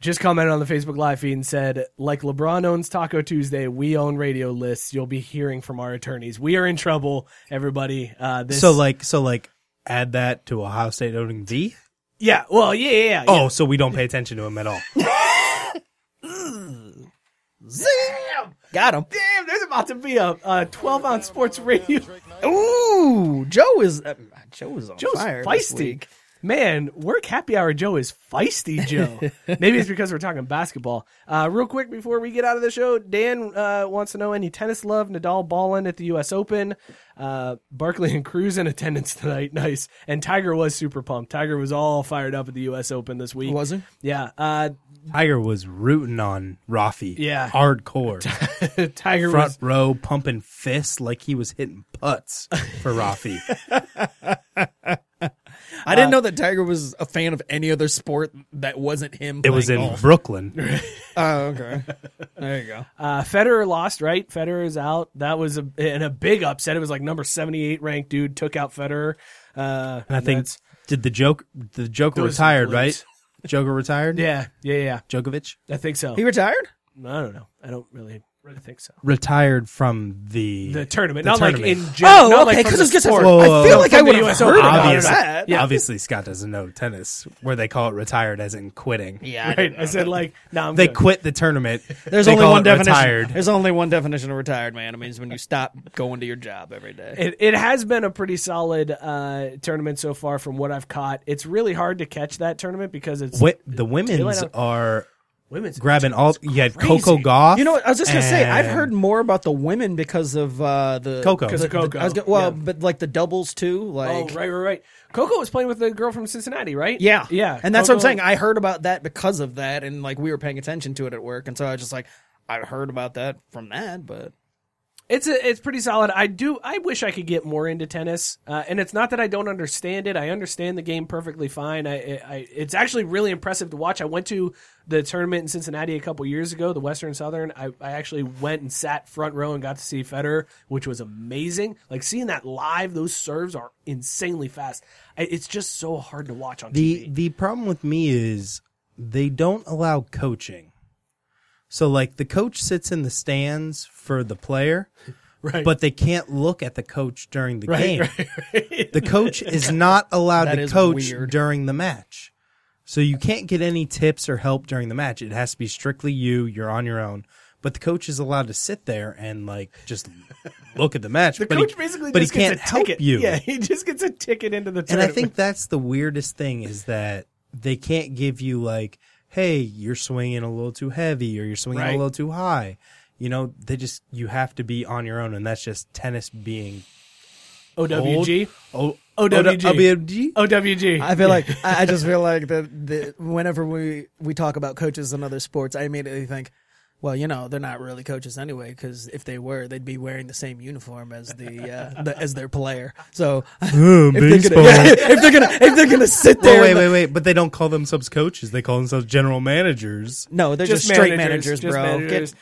just commented on the Facebook live feed and said, like LeBron owns Taco Tuesday, we own radio lists. You'll be hearing from our attorneys. We are in trouble, everybody. Uh, this, So like, so like, add that to Ohio State owning D. yeah, well, yeah, yeah, yeah. Oh, so we don't pay attention to [LAUGHS] him at all. Got him. Damn, there's about to be a, a 12 ounce sports [LAUGHS] radio. [LAUGHS] Ooh, Joe is uh, Joe is on Joe's fire this feisty. week. Man, work happy hour Joe is feisty [LAUGHS] Joe. Maybe it's because we're talking basketball. Uh, real quick before we get out of the show, Dan uh, wants to know any tennis love. Nadal balling at the U.S. Open. Uh, Barkley and Cruz in attendance tonight. [LAUGHS] Nice. And Tiger was super pumped. Tiger was all fired up at the U.S. Open this week. Was he? Yeah. Uh, Tiger was rooting on Rafi. Yeah. hardcore. [LAUGHS] Tiger Front was row pumping fists like he was hitting putts [LAUGHS] for Rafi. I didn't know that Tiger was a fan of any other sport that wasn't him. It was in playing golf. [LAUGHS] Brooklyn. Oh, okay. there you go. Uh, Federer lost, right? Federer is out. That was a and a big upset. It was like number seventy eight ranked dude took out Federer. Uh, And I think that's- did the joke the Joker Those retired, blokes. right? [LAUGHS] Joker retired? yeah, yeah, yeah. Djokovic? I think so. He retired? I don't know. I don't really. I think so. Retired from the The tournament, the not tournament. Oh, like in general. not like from the sport. Whoa, I feel whoa, like whoa. I From the would have US heard Open. about obviously, that. Yeah. obviously Scott doesn't know tennis, where they call it retired as in quitting. Yeah, I Right. didn't I know. said like, no, I'm They good. quit the tournament. [LAUGHS] There's They only call one it definition. Retired. There's only one definition of retired, man. It means when you stop going to your job every [LAUGHS] day. It, it has been a pretty solid uh, tournament so far, from what I've caught. It's really hard to catch that tournament because it's Wi- the women's out. are women's grabbing all. You had crazy. Coco Goff. You know what? I was just gonna say I've and- heard more about the women because of uh, the Coco. Because of Because of Coco, I was gonna- well, yeah. but like the doubles too. Oh Like right, right, right. Coco was playing with the girl from Cincinnati, right? Yeah. yeah. And that's what I'm Coco- saying. I heard about that because of that. And like we were paying attention to it at work. And so I was just like, I heard about that from that. But It's a, it's pretty solid. I do. I wish I could get more into tennis, uh, and it's not that I don't understand it. I understand the game perfectly fine. I, I, I it's actually really impressive to watch. I went to the tournament in Cincinnati a couple years ago, the Western Southern. I, I actually went and sat front row and got to see Federer, which was amazing. Like seeing that live, those serves are insanely fast. I, it's just so hard to watch on the TV. the problem with me is they don't allow coaching. So like the coach sits in the stands for the player, [LAUGHS] Right. but they can't look at the coach during the game. The [LAUGHS] coach is not allowed That to is coach weird. during the match. So you can't get any tips or help during the match. It has to be strictly you, you're on your own. But the coach is allowed to sit there and like [LAUGHS] just look at the match. The but coach he, basically but just he can't gets a help ticket. you. Yeah, he just gets a ticket into the And I tournament. think that's the weirdest thing is that they can't give you like, hey, you're swinging a little too heavy or you're swinging a Right. little too high. You know, they just you have to be on your own, and that's just tennis being OWG. Old, oh, OWG. OWG? OWG. I feel like I I [LAUGHS] just feel like that the, whenever we we talk about coaches in other sports, I immediately think, well, you know, they're not really coaches anyway because if they were, they'd be wearing the same uniform as the, uh, the as their player. So if, they're Hmm, baseball. gonna, [LAUGHS] [LAUGHS] if they're gonna if they're gonna sit there, Well, wait, and- wait, wait. But they don't call themselves coaches. They call themselves general managers. no, they're just, straight managers, just bro. managers.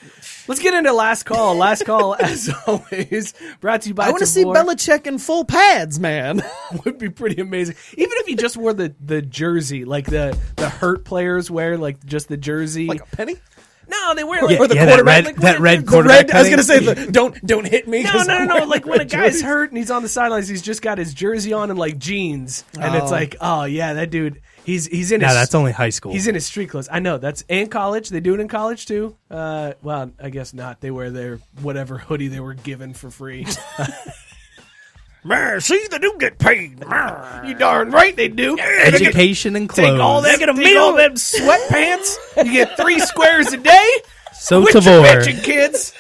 Let's get into last call. Last [LAUGHS] call, as always, brought to you by. I want to see Tavor. Belichick in full pads, man. [LAUGHS] [LAUGHS] would be pretty amazing. Even if he just wore the, the jersey, like the the hurt players wear, like just the jersey. like a penny. no, they wear like, Yeah, yeah, that red- like, that when- red the quarterback [LAUGHS] Red, I was gonna say the, don't don't hit me. No, 'cause no, no, I'm no. [LAUGHS] wearing Like when a red guy's jerseys. hurt and he's on the sidelines, he's just got his jersey on and like jeans, and it's Oh. like, oh yeah, that dude, he's he's in. Now his, that's only high school. He's in his street clothes. I know that's and college. They do it in college too. Uh, well, I guess not. They wear their whatever hoodie they were given for [LAUGHS] free. Man, see, they do get paid. Man. you darn right they do. Education and clothes. Take all them, Get a take all meal. them sweatpants. you get three squares a day. so Quit your Tavor. bitching, kids.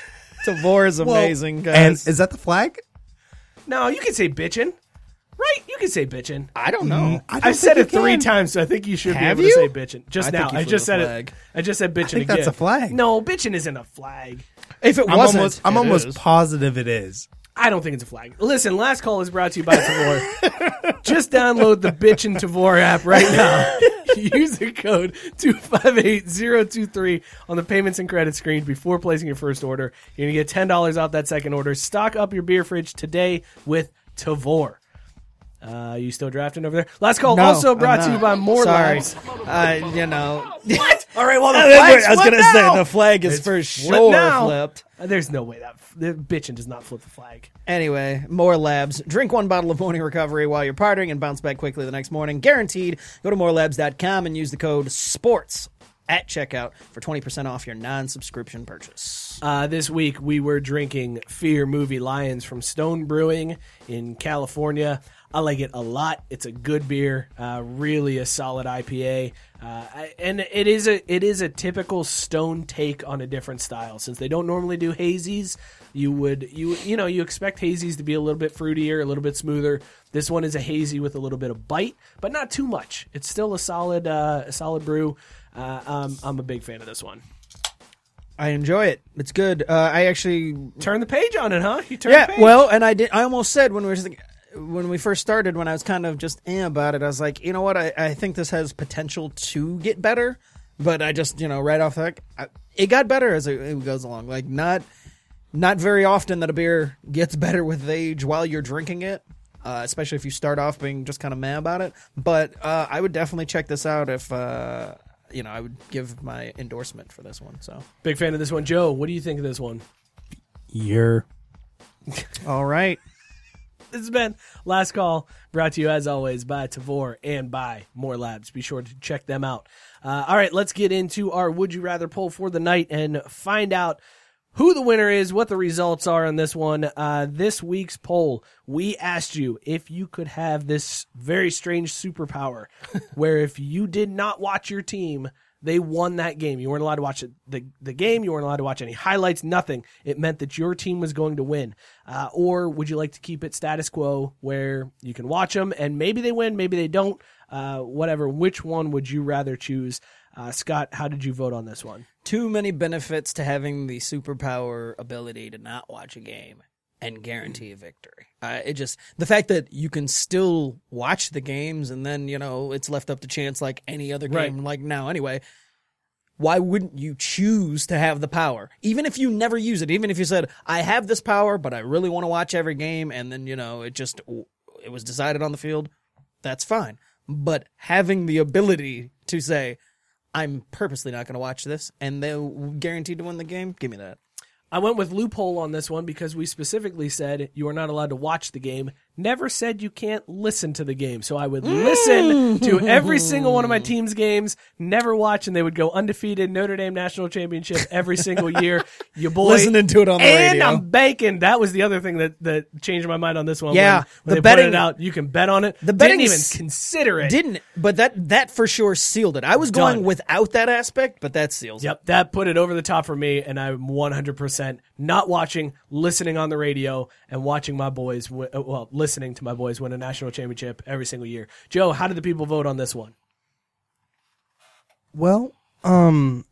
Tavor is amazing, And guys. is that the flag? No, you can say bitching, right? You can say bitching. I don't know. don't I've said it think you three can. times, so I think you should Have be able you? to say bitchin'. Just I now, think you I flew just the said flag. it. I just said bitchin' think again. that's a flag. No, bitchin' isn't a flag. If it I'm wasn't, almost, I'm it almost is. positive it is. I don't think it's a flag. Listen, last call is brought to you by Tavor. [LAUGHS] just download the bitchin' Tavor app right now. Use the code two five eight zero two three on the payments and credit screen before placing your first order. You're gonna get ten dollars off that second order. Stock up your beer fridge today with Tavor. Uh, you still drafting over there? Last call No, also I'm brought to you not. by More Sorry. Lives. Uh, you know, [LAUGHS] All right, well, the I was flag's gonna flipped say now. the flag is for Flip sure now. flipped. Uh, There's no way that f- the bitchin' does not flip the flag. Anyway, more labs. Drink one bottle of morning recovery while you're partying and bounce back quickly the next morning. Guaranteed. Go to morelabs.com and use the code SPORTS at checkout for 20% off your non subscription purchase. Uh, this week we were drinking Fear Movie Lions from Stone Brewing in California. I like it a lot. It's a good beer, uh, really a solid IPA, uh, I- and it is a it is a typical Stone take on a different style. Since they don't normally do hazies, you would you you know you expect hazies to be a little bit fruitier, a little bit smoother. This one is a hazy with a little bit of bite, but not too much. It's still a solid uh, a solid brew. Uh, um, I'm a big fan of this one. I enjoy it. It's good. Uh, I actually. Turn the page on it, huh? You turn the Yeah, page. well, and I did. I almost said when we were. just- When we first started, when I was kind of just eh about it, I was like, you know what? I, I think this has potential to get better, but I just, you know, right off the I, it got better as it, it goes along. Like, not not very often that a beer gets [LAUGHS] better with age while you're drinking it, uh, especially if you start off being just kind of mad about it. But uh, I would definitely check this out if uh, you know I would give my endorsement for this one. So Big fan of this one, Joe. What do you think of this one? You're all right, This has been Last Call, brought to you as always by Tavor and by More Labs. Be sure to check them out. Uh, all right, let's get into our Would You Rather poll for the night and find out who the winner is, what the results are on this one. Uh, this week's poll, we asked you if you could have this very strange [LAUGHS] superpower where if you did not watch your team, they won that game. You weren't allowed to watch the, the game. You weren't allowed to watch any highlights, nothing. It meant that your team was going to win. Uh, or would you like to keep it status quo where you can watch them and maybe they win, maybe they don't, uh, whatever. Which one would you rather choose? Uh, Scott, how did you vote on this one? too many benefits to having the superpower ability to not watch a game and guarantee a victory. Uh, it just the fact that you can still watch the games and then you know it's left up to chance like any other game Right. like now anyway. Why wouldn't you choose to have the power? Even if you never use it, even if you said I have this power but I really want to watch every game and then you know it just it was decided on the field, that's fine. But having the ability to say I'm purposely not going to watch this, and they're guaranteed to win the game. Give me that. I went with loophole on this one because we specifically said you are not allowed to watch the game. Never said you can't listen to the game. So I would Mm. listen [LAUGHS] to every single one of my team's games, never watch, and they would go undefeated Notre Dame national championship every single [LAUGHS] year. You boy, Listening to it on the and radio. I'm banking. That was the other thing that that changed my mind on this one. Yeah, when, the when they betting- put it out, you can bet on it. The betting didn't even s- consider it. Didn't, but that that for sure sealed it. I was Done. going without that aspect, but that seals it. Yep, that put it over the top for me, and I'm 100% not watching, listening on the radio, and watching my boys, wi- uh, well, listening to my boys win a national championship every single year. Joe, how did the people vote on this one? Well, um,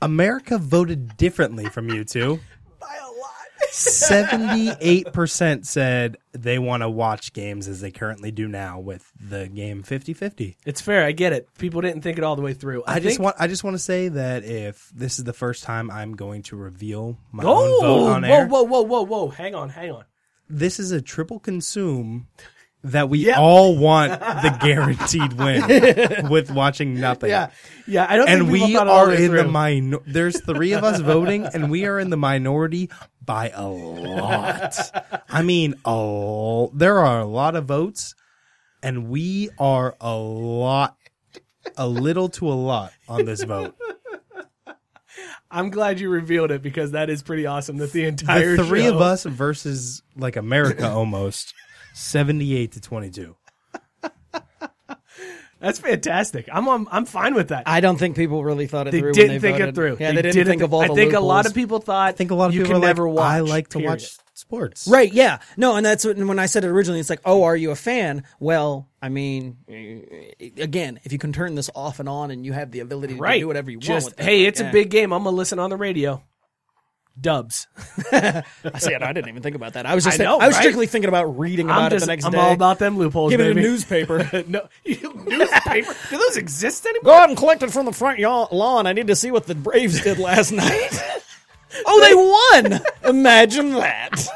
America voted differently from you two. By a lot. 78% said they want to watch games as they currently do now with the game 50-50. It's fair. I get it. People didn't think it all the way through. I, I, just think- want I just want to say that if this is the first time I'm going to reveal my Oh, own vote on whoa, air, whoa, whoa, whoa, whoa! Hang on, hang on. this is a triple consume that we all want the [LAUGHS] guaranteed win with watching nothing. Yeah, yeah. I don't. And think people we thought it all are way in the through. minor. There's three of us voting, and we are in the minority by a lot. I mean, oh, there are a lot of votes, and we are a lot, a little to a lot on [LAUGHS] this vote. I'm glad you revealed it because that is pretty awesome. That the entire The three show- of us versus like [LAUGHS] America almost, seventy-eight to twenty-two. That's fantastic. I'm on, I'm fine with that. I don't think people really thought it they through. when didn't they think voted. it through. Yeah, they, didn't, think of all. I the think a lot of loopholes. people thought. I think a lot of you people can are never like, watch. I like to period. watch sports. Right? Yeah. No, and that's what, when I said it originally. It's like, oh, are you a fan? Well, I mean, eh, again, if you can turn this off and on, and you have the ability to Right. do whatever you Just, want. With hey, it, it's Yeah. a big game. I'm gonna listen on the radio. Dubs. [LAUGHS] I said I didn't even think about that. I was just. [LAUGHS] I I, know, I was right? strictly thinking about reading about I'm it just. the next I'm day. all about them loopholes. Give it a baby. [LAUGHS] newspaper. [LAUGHS] no newspaper. Do those exist anymore? Go out and collect it from the front yaw- lawn. I need to see what the Braves did last [LAUGHS] night. oh, they won! Imagine that.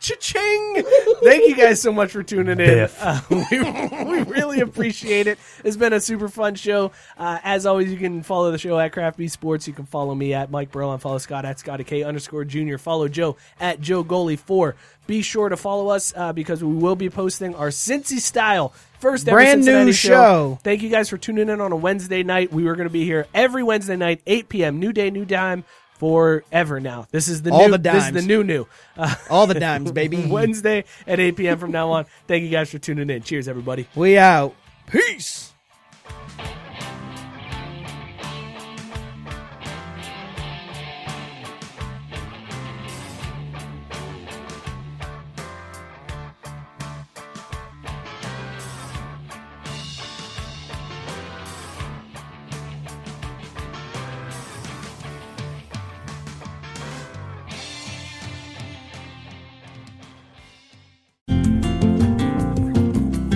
Cha-ching! Thank you guys so much for tuning in. Biff. Uh, [LAUGHS] we, we really appreciate it. It's been a super fun show. Uh, as always, you can follow the show at Craft Beer Sports. You can follow me at Mike Berlin. Follow Scott at Scotty K underscore Junior. Follow Joe at Joe Goalie Four. Be sure to follow us uh, because we will be posting our Cincy style first ever Brand new Cincinnati show. Thank you guys for tuning in on a Wednesday night. We were going to be here every Wednesday night, 8 p.m. New day, new dime. Forever now. This is the All new. the this is the dimes. new new. All the dimes, baby. [LAUGHS] Wednesday at 8 p.m. from now on. Thank you guys for tuning in. Cheers, everybody. We out. Peace.